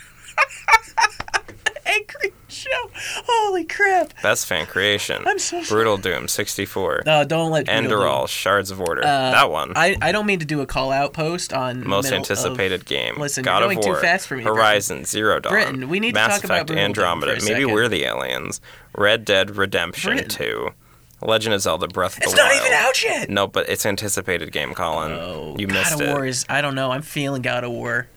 Speaker 1: <laughs> Angry Joe. Holy crap.
Speaker 2: Best Fan Creation,
Speaker 1: I'm so sorry.
Speaker 2: Brutal Doom 64,
Speaker 1: No, don't let Beetle do
Speaker 2: Enderall, Shards of Order.
Speaker 1: Uh,
Speaker 2: that one.
Speaker 1: I, I don't mean to do a call out post on
Speaker 2: most
Speaker 1: middle of-
Speaker 2: anticipated game.
Speaker 1: Listen,
Speaker 2: God
Speaker 1: you're
Speaker 2: of
Speaker 1: going too
Speaker 2: War,
Speaker 1: fast for me, Britain.
Speaker 2: Horizon Zero Dawn.
Speaker 1: Britain, we need to
Speaker 2: Mass
Speaker 1: talk about
Speaker 2: Effect
Speaker 1: Brutal Dawn
Speaker 2: Andromeda.
Speaker 1: for a
Speaker 2: Maybe
Speaker 1: second.
Speaker 2: we're the aliens. Red Dead Redemption
Speaker 1: Britain.
Speaker 2: 2. Legend of Zelda Breath of
Speaker 1: it's
Speaker 2: the
Speaker 1: not
Speaker 2: Wild.
Speaker 1: even out yet.
Speaker 2: No, but it's anticipated game, Colin.
Speaker 1: Oh,
Speaker 2: you
Speaker 1: God
Speaker 2: missed
Speaker 1: of
Speaker 2: it.
Speaker 1: War is I don't know. I'm feeling God of War,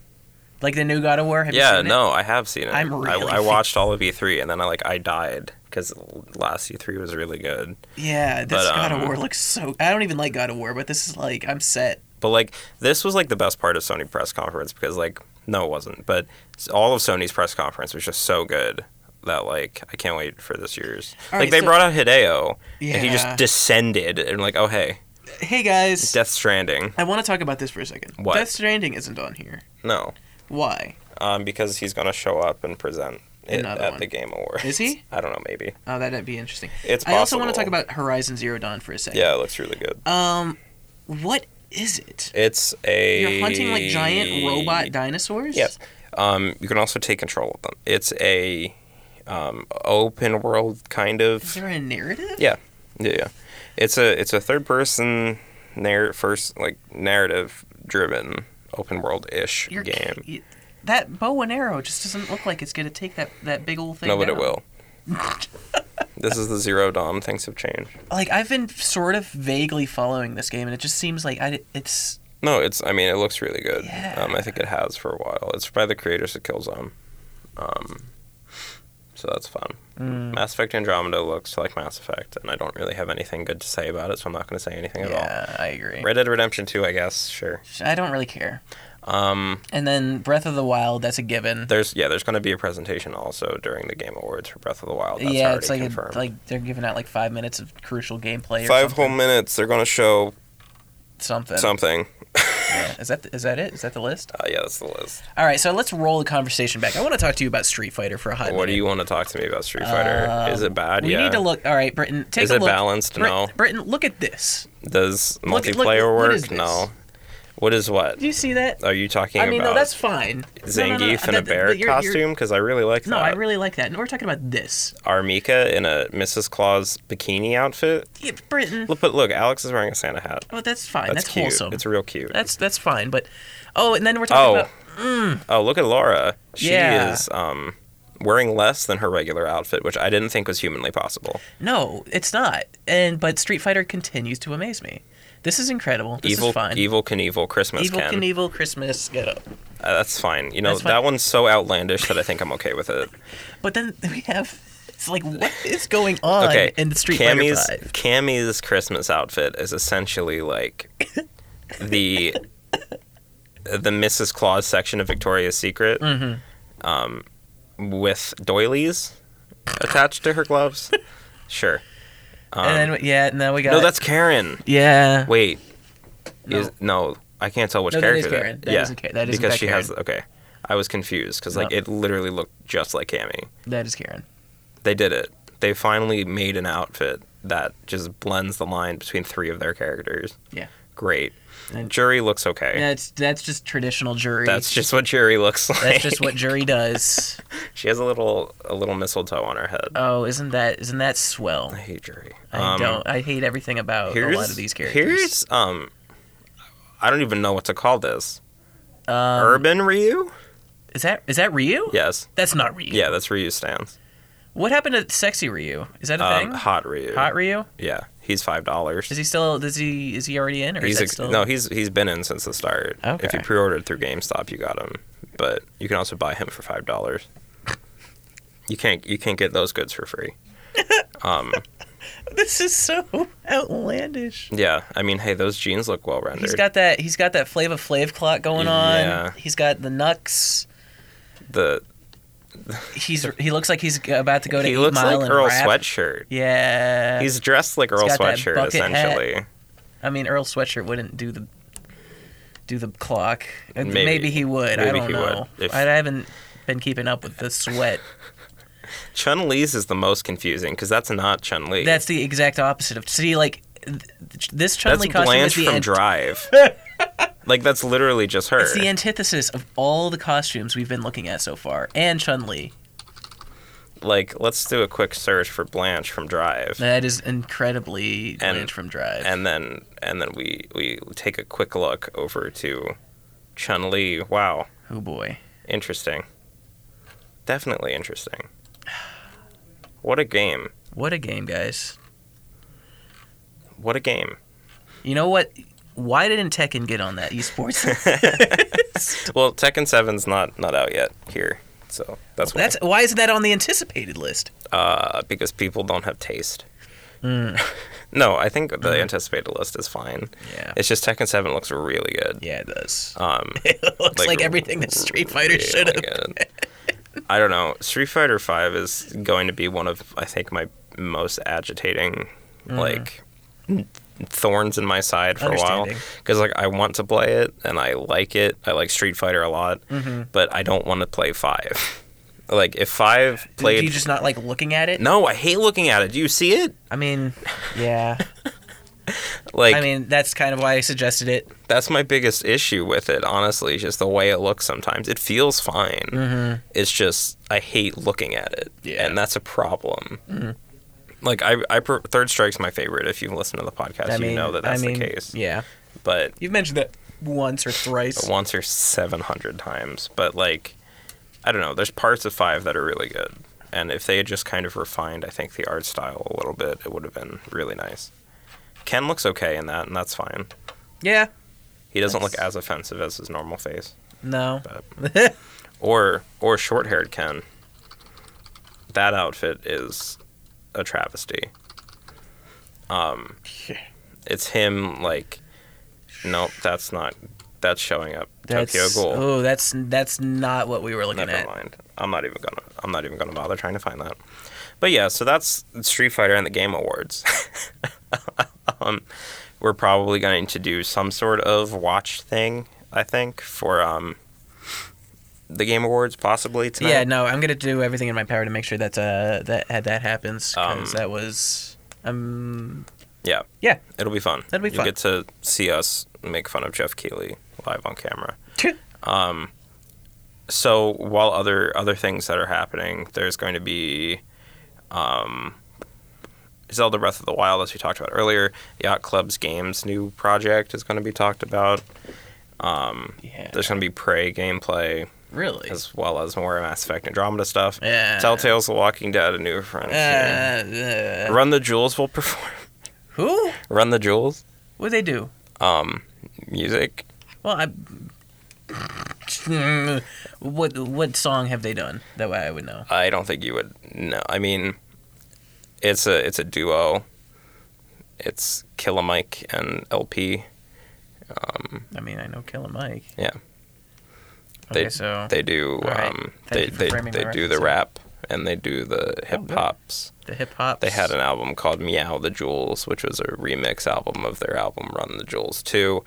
Speaker 1: like the new God of War. Have you
Speaker 2: yeah,
Speaker 1: seen it?
Speaker 2: no, I have seen it.
Speaker 1: I'm really
Speaker 2: I, I
Speaker 1: <laughs>
Speaker 2: watched all of E3 and then I like I died because last E3 was really good.
Speaker 1: Yeah, this
Speaker 2: But,
Speaker 1: God of
Speaker 2: um,
Speaker 1: War looks so. I don't even like God of War, but this is like I'm set.
Speaker 2: But like this was like the best part of Sony press conference because like no it wasn't, but s- all of Sony's press conference was just so good that like I can't wait for this year's.
Speaker 1: All
Speaker 2: like
Speaker 1: right,
Speaker 2: they
Speaker 1: so-
Speaker 2: brought out Hideo and he
Speaker 1: Yeah.
Speaker 2: just descended and like oh hey,
Speaker 1: Hey guys,
Speaker 2: Death Stranding.
Speaker 1: I want to talk about this for a second.
Speaker 2: What?
Speaker 1: Death Stranding isn't on here.
Speaker 2: No,
Speaker 1: Why?
Speaker 2: um, because he's gonna show up and present it
Speaker 1: Another
Speaker 2: at
Speaker 1: one.
Speaker 2: the Game Awards.
Speaker 1: Is he?
Speaker 2: I don't know. Maybe.
Speaker 1: Oh, that'd be interesting.
Speaker 2: It's
Speaker 1: I also want to
Speaker 2: possible.
Speaker 1: talk about Horizon Zero Dawn for a second.
Speaker 2: Yeah, it looks really good.
Speaker 1: Um, what is it?
Speaker 2: It's a.
Speaker 1: You're hunting like giant robot dinosaurs.
Speaker 2: Yes. Um, you can also take control of them. It's a um, open world kind of.
Speaker 1: Is there a narrative?
Speaker 2: Yeah, yeah, yeah. It's a it's a third person narr- first like narrative driven open world ish
Speaker 1: You're
Speaker 2: game.
Speaker 1: ki- you- that bow and arrow just doesn't look like it's gonna take that that big old thing.
Speaker 2: No, but it
Speaker 1: down.
Speaker 2: will. this is the Zero Dawn. Things have changed.
Speaker 1: <laughs> Like I've been sort of vaguely following this game, and it just seems like I, it's
Speaker 2: No, it's. I mean, it looks really good. Um, I
Speaker 1: Yeah.
Speaker 2: think it has for a while. It's by the creators of Killzone. Um, so that's fun.
Speaker 1: Mm.
Speaker 2: Mass Effect Andromeda looks like Mass Effect, and I don't really have anything good to say about it, so I'm not going to say anything at
Speaker 1: yeah, I agree.
Speaker 2: all. Red Dead Redemption 2, I guess, sure.
Speaker 1: I don't really care.
Speaker 2: Um,
Speaker 1: And then Breath of the Wild, that's a given.
Speaker 2: There's yeah, there's going to be a presentation also during the Game Awards for Breath of the Wild. That's
Speaker 1: yeah,
Speaker 2: already
Speaker 1: it's like a,
Speaker 2: confirmed.
Speaker 1: like they're giving out like five minutes of crucial gameplay. Or
Speaker 2: Five
Speaker 1: something.
Speaker 2: whole minutes. They're going to show
Speaker 1: something.
Speaker 2: something.
Speaker 1: Yeah. Is that is that it? Is that the list?
Speaker 2: Uh, yeah, that's the list.
Speaker 1: All right, so let's roll the conversation back. I want to talk to you about Street Fighter for a hot
Speaker 2: What do
Speaker 1: minute.
Speaker 2: you want to talk to me about Street Fighter? Is it bad?
Speaker 1: um, We
Speaker 2: yeah.
Speaker 1: need to look. All right, Britain, take
Speaker 2: Is
Speaker 1: a
Speaker 2: it
Speaker 1: look.
Speaker 2: balanced?
Speaker 1: Brit-
Speaker 2: No.
Speaker 1: Britain, look at this.
Speaker 2: Does
Speaker 1: Look- look-
Speaker 2: multiplayer
Speaker 1: what
Speaker 2: work?
Speaker 1: is this?
Speaker 2: No. What is what?
Speaker 1: Do you see that?
Speaker 2: Are you talking
Speaker 1: I mean,
Speaker 2: about
Speaker 1: no, that's fine. No, no, no, no,
Speaker 2: Zangief in a
Speaker 1: that-
Speaker 2: bear
Speaker 1: that- you're- you're-
Speaker 2: costume? Because I really like
Speaker 1: No,
Speaker 2: that.
Speaker 1: I really like that. And we're talking about this.
Speaker 2: Armika in a Mrs. Claus bikini outfit.
Speaker 1: Yeah, Britain.
Speaker 2: Look, but look, Alex is wearing a Santa hat.
Speaker 1: Oh, that's fine.
Speaker 2: That's,
Speaker 1: That's,
Speaker 2: cute.
Speaker 1: wholesome.
Speaker 2: It's real cute.
Speaker 1: that's that's fine. But oh, and then we're talking
Speaker 2: oh,
Speaker 1: about
Speaker 2: oh, look at Laura. She
Speaker 1: Yeah.
Speaker 2: is um, wearing less than her regular outfit, which I didn't think was humanly possible.
Speaker 1: no, it's not. And but Street Fighter continues to amaze me. This is incredible. This
Speaker 2: evil,
Speaker 1: is fun.
Speaker 2: evil Knievel Christmas
Speaker 1: Evil
Speaker 2: Ken.
Speaker 1: Knievel Christmas get up.
Speaker 2: Uh, that's fine. You know
Speaker 1: That's fine.
Speaker 2: that one's so outlandish that I think I'm okay with it.
Speaker 1: But then <laughs> we have it's like what is going on
Speaker 2: Okay,
Speaker 1: in the Street
Speaker 2: Cammy's,
Speaker 1: Fighter Five?
Speaker 2: Cammy's Christmas outfit is
Speaker 1: <laughs>
Speaker 2: essentially like the the Mrs. Claus section of Victoria's Secret,
Speaker 1: Mm-hmm.
Speaker 2: um, with doilies attached to
Speaker 1: <laughs>
Speaker 2: her gloves. Sure. Um,
Speaker 1: and then yeah, and then we got
Speaker 2: no, that's Karen.
Speaker 1: yeah.
Speaker 2: Wait.
Speaker 1: No.
Speaker 2: Is, no, I can't tell which
Speaker 1: No, that is
Speaker 2: character
Speaker 1: Karen. That
Speaker 2: yeah,
Speaker 1: is a Ka- that is in
Speaker 2: because
Speaker 1: fact
Speaker 2: she has. Okay, I was confused because like
Speaker 1: No.
Speaker 2: it literally looked just like Cammy.
Speaker 1: That is Karen.
Speaker 2: They did it. They finally made an outfit that just blends the line between three of their characters.
Speaker 1: Yeah.
Speaker 2: Great.
Speaker 1: And-
Speaker 2: Jury looks okay.
Speaker 1: That's that's just traditional jury.
Speaker 2: That's just what Jury looks like.
Speaker 1: <laughs> that's
Speaker 2: <laughs>
Speaker 1: just what jury does.
Speaker 2: she has a little a little mistletoe on her head.
Speaker 1: Oh, isn't that isn't that swell?
Speaker 2: I hate Jury.
Speaker 1: I
Speaker 2: Um,
Speaker 1: don't. I hate everything about a
Speaker 2: Here's
Speaker 1: lot of these characters.
Speaker 2: Here's um, I don't even know what to call this.
Speaker 1: Um,
Speaker 2: Urban Ryu.
Speaker 1: is that is that Ryu?
Speaker 2: Yes.
Speaker 1: That's not Ryu.
Speaker 2: Yeah, that's Ryu stands.
Speaker 1: What happened to sexy Ryu? Is that a
Speaker 2: Um,
Speaker 1: thing?
Speaker 2: hot Ryu.
Speaker 1: Hot Ryu?
Speaker 2: Yeah, he's five dollars.
Speaker 1: Is he still? Does he? Is he already in? Or is
Speaker 2: He's
Speaker 1: that
Speaker 2: ex-
Speaker 1: still?
Speaker 2: no, he's he's been in since the start. If
Speaker 1: Okay.
Speaker 2: you pre-ordered through GameStop, you got him. But you can also buy him for five dollars. You can't you can't get those goods
Speaker 1: <laughs>
Speaker 2: for free. Um,
Speaker 1: <laughs> This is so outlandish.
Speaker 2: yeah, I mean, hey, those jeans look well rendered.
Speaker 1: He's got that. He's got that Flava Flav clock going on.
Speaker 2: Yeah.
Speaker 1: He's got the Nux.
Speaker 2: the
Speaker 1: He's he looks like he's about to go to
Speaker 2: he
Speaker 1: Eight
Speaker 2: looks
Speaker 1: Mile
Speaker 2: like
Speaker 1: and
Speaker 2: Earl
Speaker 1: rap.
Speaker 2: Sweatshirt.
Speaker 1: Yeah.
Speaker 2: He's dressed like Earl
Speaker 1: got that
Speaker 2: Sweatshirt
Speaker 1: bucket hat.
Speaker 2: essentially.
Speaker 1: I mean, Earl Sweatshirt wouldn't do the do the clock. Uh,
Speaker 2: Maybe.
Speaker 1: Maybe, he would. I
Speaker 2: Maybe
Speaker 1: don't
Speaker 2: he would,
Speaker 1: know.
Speaker 2: if-
Speaker 1: I haven't been keeping up with the
Speaker 2: <laughs>
Speaker 1: sweat.
Speaker 2: Chun Li's is the most confusing because that's not Chun Li.
Speaker 1: That's the exact opposite of see like th- th- this Chun
Speaker 2: that's
Speaker 1: Li costume
Speaker 2: Blanche
Speaker 1: is the
Speaker 2: from
Speaker 1: an-
Speaker 2: Drive.
Speaker 1: <laughs>
Speaker 2: like that's literally just her.
Speaker 1: it's the antithesis of all the costumes we've been looking at so far, and Chun Li.
Speaker 2: like let's do a quick search for Blanche from Drive.
Speaker 1: That is incredibly
Speaker 2: And-
Speaker 1: Blanche from Drive.
Speaker 2: and then and then we we take a quick look over to Chun Li. Wow,
Speaker 1: oh boy.
Speaker 2: interesting. Definitely interesting. What a game!
Speaker 1: What a game, guys.
Speaker 2: What a game!
Speaker 1: You know what? Why didn't Tekken get on that
Speaker 2: <laughs>
Speaker 1: esports?
Speaker 2: Well, Tekken 7's not not out yet here, so that's why.
Speaker 1: That's why isn't that on the anticipated list?
Speaker 2: uh, because people don't have taste.
Speaker 1: Hmm.
Speaker 2: <laughs> no, I think the anticipated list is fine.
Speaker 1: Yeah.
Speaker 2: It's just Tekken 7 looks really good.
Speaker 1: Yeah, it does.
Speaker 2: Um,
Speaker 1: it <laughs> looks like, everything that Street Fighter should
Speaker 2: uh,
Speaker 1: have.
Speaker 2: been. I don't know. Street Fighter Five is going to be one of I think my most agitating
Speaker 1: Mm.
Speaker 2: like thorns in my side for a while
Speaker 1: Understanding.
Speaker 2: because like I want to play it and I like it. I like Street Fighter a lot,
Speaker 1: Mm-hmm.
Speaker 2: but I don't want to play Five. <laughs> like if Five
Speaker 1: Do
Speaker 2: played,
Speaker 1: you just not like looking at it?
Speaker 2: no, I hate looking at it. Do you see it?
Speaker 1: I mean, yeah.
Speaker 2: <laughs> Like
Speaker 1: I mean, that's kind of why I suggested it.
Speaker 2: that's my biggest issue with it. Honestly, is just the way it looks. Sometimes it feels fine. It's just I hate looking at it,
Speaker 1: Mm-hmm. Yeah. Mm-hmm.
Speaker 2: and that's a problem. Like I, I pre- Third Strike's my favorite. If you listen to the podcast,
Speaker 1: I mean,
Speaker 2: you know that that's
Speaker 1: I mean,
Speaker 2: the case.
Speaker 1: Yeah,
Speaker 2: But
Speaker 1: you've mentioned that once or thrice.
Speaker 2: once or seven hundred times. But like, I don't know. There's parts of five that are really good, and if they had just kind of refined, I think the art style a little bit, it would have been really nice. Ken looks okay in that, and that's fine.
Speaker 1: Yeah,
Speaker 2: He doesn't look
Speaker 1: That's-
Speaker 2: as offensive as his normal face. <laughs>
Speaker 1: no.
Speaker 2: but- or or short-haired Ken. That outfit is a travesty. Um, it's him like, nope, that's not. That's showing up
Speaker 1: That's
Speaker 2: Tokyo Ghoul.
Speaker 1: oh, that's that's not what we were looking
Speaker 2: Never
Speaker 1: at.
Speaker 2: mind. I'm not even gonna. I'm not even gonna bother trying to find that. But yeah, so that's Street Fighter and the Game Awards. <laughs> um, we're probably going to do some sort of watch thing. I think for um, the Game Awards, possibly tonight.
Speaker 1: Yeah, no, I'm gonna do everything in my power to make sure that uh, that that happens because
Speaker 2: Um,
Speaker 1: that was um
Speaker 2: Yeah,
Speaker 1: yeah
Speaker 2: it'll be fun. <laughs>
Speaker 1: That'll be
Speaker 2: you
Speaker 1: fun.
Speaker 2: get to see us make fun of Jeff Keighley live on camera. So while other other things that are happening, there's going to be um, Zelda Breath of the Wild, as we talked about earlier. Yacht Club's games new project is going to be talked about.
Speaker 1: yeah.
Speaker 2: There's going to be Prey gameplay
Speaker 1: Really?
Speaker 2: as well as more Mass Effect Andromeda stuff.
Speaker 1: Yeah.
Speaker 2: Telltale's The Walking Dead: A New Frontier.
Speaker 1: Uh, uh,
Speaker 2: Run the Jewels will perform. <laughs>
Speaker 1: who?
Speaker 2: Run the Jewels Um,
Speaker 1: What they do?
Speaker 2: music.
Speaker 1: Well, I. What what song have they done? That way I would know.
Speaker 2: I don't think you would know. I mean, it's a it's a duo. It's Killa Mike and LP.
Speaker 1: I mean, I know Killer Mike.
Speaker 2: Yeah,
Speaker 1: Okay,
Speaker 2: They-
Speaker 1: so
Speaker 2: they do.
Speaker 1: Uh-huh. All right.
Speaker 2: Um,
Speaker 1: Thank
Speaker 2: they
Speaker 1: you for
Speaker 2: they,
Speaker 1: framing my
Speaker 2: they do the
Speaker 1: reference.
Speaker 2: rap and they do the
Speaker 1: Oh,
Speaker 2: hip hops.
Speaker 1: the hip hop.
Speaker 2: They had an album called Meow the Jewels, which was a remix album of their album Run the
Speaker 1: <laughs>
Speaker 2: Jewels 2,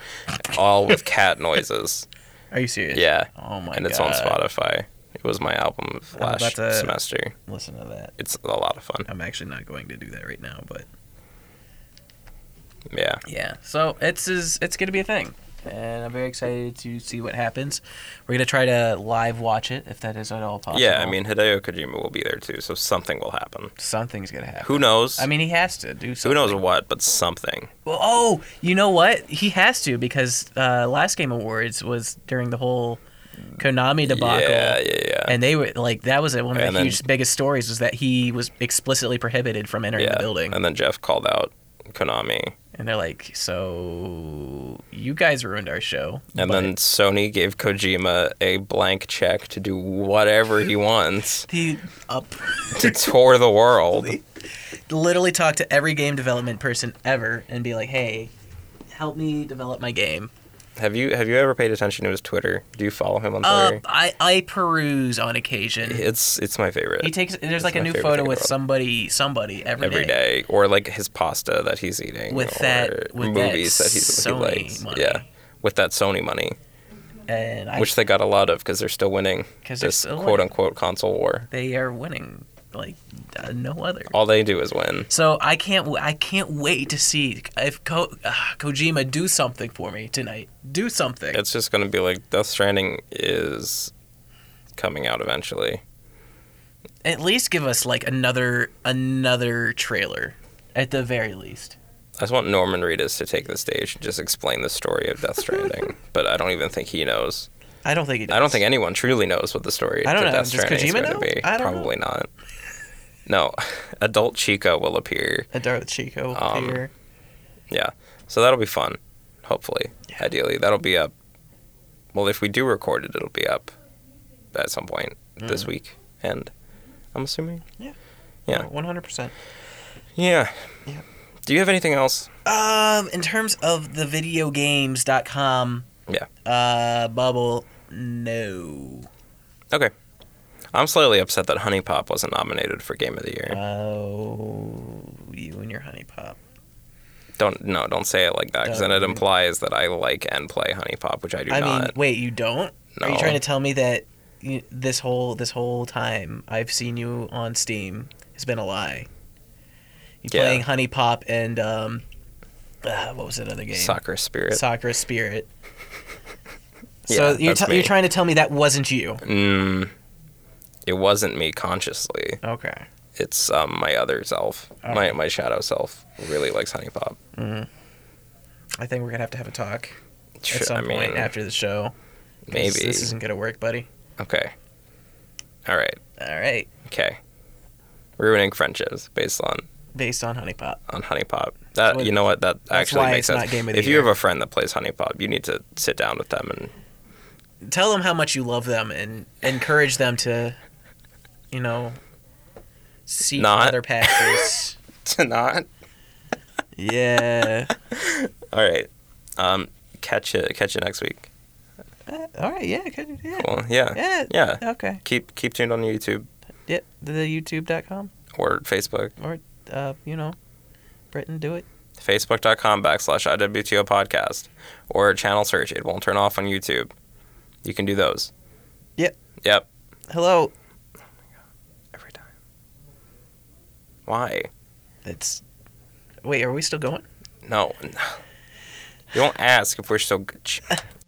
Speaker 2: all with cat noises.
Speaker 1: Are you serious?
Speaker 2: Yeah.
Speaker 1: Oh my
Speaker 2: And it's on
Speaker 1: God.
Speaker 2: Spotify. It was my album of
Speaker 1: I'm about
Speaker 2: last
Speaker 1: to-
Speaker 2: semester.
Speaker 1: Listen to that.
Speaker 2: It's a lot of fun.
Speaker 1: I'm actually not going to do that right now, but
Speaker 2: Yeah.
Speaker 1: yeah. So it's is it's gonna be a thing, and I'm very excited to see what happens. We're gonna try to live watch it if that is at all possible.
Speaker 2: Yeah, I mean, Hideo Kojima will be there too, so something will happen.
Speaker 1: something's gonna happen.
Speaker 2: Who knows?
Speaker 1: I mean, he has to do
Speaker 2: who
Speaker 1: something.
Speaker 2: knows what, but something.
Speaker 1: Well, oh, you know what? He has to because uh, last game awards was during the whole Konami debacle.
Speaker 2: Yeah, yeah, yeah.
Speaker 1: And they were like that was one of
Speaker 2: And
Speaker 1: the
Speaker 2: then-
Speaker 1: huge biggest stories was that he was explicitly prohibited from entering
Speaker 2: yeah.
Speaker 1: the building.
Speaker 2: And then Jeff called out Konami.
Speaker 1: And they're like, "So you guys ruined our show."
Speaker 2: And
Speaker 1: but
Speaker 2: then Sony gave Kojima a blank check to do whatever he wants
Speaker 1: he uh, up <laughs>
Speaker 2: to tour the world.
Speaker 1: literally talked to every game development person ever and be like, "Hey, help me develop my game."
Speaker 2: Have you have you ever paid attention to his Twitter? Do you follow him on
Speaker 1: Uh,
Speaker 2: Twitter?
Speaker 1: I I peruse on occasion.
Speaker 2: it's it's my favorite.
Speaker 1: He takes there's like a
Speaker 2: my
Speaker 1: new
Speaker 2: favorite
Speaker 1: photo
Speaker 2: thing
Speaker 1: with
Speaker 2: about-
Speaker 1: somebody somebody
Speaker 2: every day, or like his pasta that he's eating,
Speaker 1: With
Speaker 2: or
Speaker 1: that- with that
Speaker 2: movies that, he's
Speaker 1: Sony
Speaker 2: he likes.
Speaker 1: money.
Speaker 2: Yeah, with that Sony money,
Speaker 1: and I,
Speaker 2: which they got a lot of because they're still winning
Speaker 1: 'Cause they're
Speaker 2: this
Speaker 1: still
Speaker 2: quote
Speaker 1: winning.
Speaker 2: unquote console war.
Speaker 1: they are winning like uh, no other.
Speaker 2: All they do is win.
Speaker 1: So I can't w- I can't wait to see if Ko, uh, Kojima do something for me tonight. Do something.
Speaker 2: It's just gonna be like Death Stranding is coming out eventually.
Speaker 1: At least give us like another another trailer at the very least.
Speaker 2: I just want Norman Reedus to take the stage and just explain the story of
Speaker 1: <laughs>
Speaker 2: Death Stranding, but I don't even think he knows.
Speaker 1: I don't think it. Does.
Speaker 2: I don't think anyone truly knows what the story
Speaker 1: I don't
Speaker 2: to
Speaker 1: know.
Speaker 2: Death
Speaker 1: Does
Speaker 2: Stranding is
Speaker 1: Kojima
Speaker 2: going to
Speaker 1: know?
Speaker 2: be.
Speaker 1: I don't know.
Speaker 2: Probably not. No, <laughs> adult Chica will appear.
Speaker 1: a Darth Chico
Speaker 2: Um,
Speaker 1: here.
Speaker 2: Yeah, so that'll be fun. Hopefully, ideally, that'll be up. Well, if we do record it, it'll be up at some point
Speaker 1: Mm.
Speaker 2: this week. And I'm assuming. yeah.
Speaker 1: one hundred percent.
Speaker 2: Yeah.
Speaker 1: Yeah.
Speaker 2: Do you have anything else?
Speaker 1: Um, in terms of the videogames.com
Speaker 2: Yeah.
Speaker 1: uh bubble, no.
Speaker 2: Okay. I'm slightly upset that Honey Pop wasn't nominated for Game of the
Speaker 1: Uh,
Speaker 2: Year.
Speaker 1: Oh, you and your honey pop.
Speaker 2: don't no, don't say it like that because then it
Speaker 1: Don't.
Speaker 2: implies that I like and play Honey Pop, which I do
Speaker 1: I
Speaker 2: not.
Speaker 1: mean, wait, you don't? Are
Speaker 2: No.
Speaker 1: you trying to tell me that you, this whole this whole time I've seen you on Steam has been a lie? You
Speaker 2: Yeah.
Speaker 1: playing Honey Pop and um, uh, what was that other game?
Speaker 2: Soccer Spirit.
Speaker 1: Soccer
Speaker 2: <laughs>
Speaker 1: Spirit.
Speaker 2: Yeah,
Speaker 1: so you're
Speaker 2: that's
Speaker 1: t-
Speaker 2: me.
Speaker 1: you're trying to tell me that wasn't you?
Speaker 2: Mm, it wasn't me consciously.
Speaker 1: Okay.
Speaker 2: It's um, my other self, my
Speaker 1: Okay.
Speaker 2: my shadow self, really likes Honey Pop.
Speaker 1: I think we're gonna have to have a talk
Speaker 2: Sure,
Speaker 1: at some
Speaker 2: I mean,
Speaker 1: point after the show. 'cause
Speaker 2: maybe.
Speaker 1: this isn't gonna work, buddy.
Speaker 2: Okay. All right.
Speaker 1: All right.
Speaker 2: Okay. Ruining friendships based on
Speaker 1: Based on Honey Pop.
Speaker 2: on Honey Pop. That
Speaker 1: what-
Speaker 2: you know what that actually
Speaker 1: why it's
Speaker 2: makes sense.
Speaker 1: not Game of the
Speaker 2: if you
Speaker 1: Year.
Speaker 2: have a friend that plays Honey Pop, you need to sit down with them and
Speaker 1: tell them how much you love them and encourage them to, you know, seek
Speaker 2: Not.
Speaker 1: other pastures.
Speaker 2: <laughs> to not.
Speaker 1: yeah.
Speaker 2: All right. Um, catch you catch you next week.
Speaker 1: all right. Yeah. Good. Yeah.
Speaker 2: Well, yeah.
Speaker 1: <laughs> Yeah.
Speaker 2: Yeah.
Speaker 1: Okay.
Speaker 2: Keep keep tuned on YouTube
Speaker 1: Yep. The YouTube.com
Speaker 2: or Facebook.
Speaker 1: or, uh, you know, Britain, do it.
Speaker 2: facebook.com backslash IWTO podcast or channel search. It won't turn off on YouTube. You can do those.
Speaker 1: Yep.
Speaker 2: Yep.
Speaker 1: Hello.
Speaker 2: Every time. Why?
Speaker 1: It's. Wait, are we still going?
Speaker 2: <laughs> No. You don't ask if we're still good.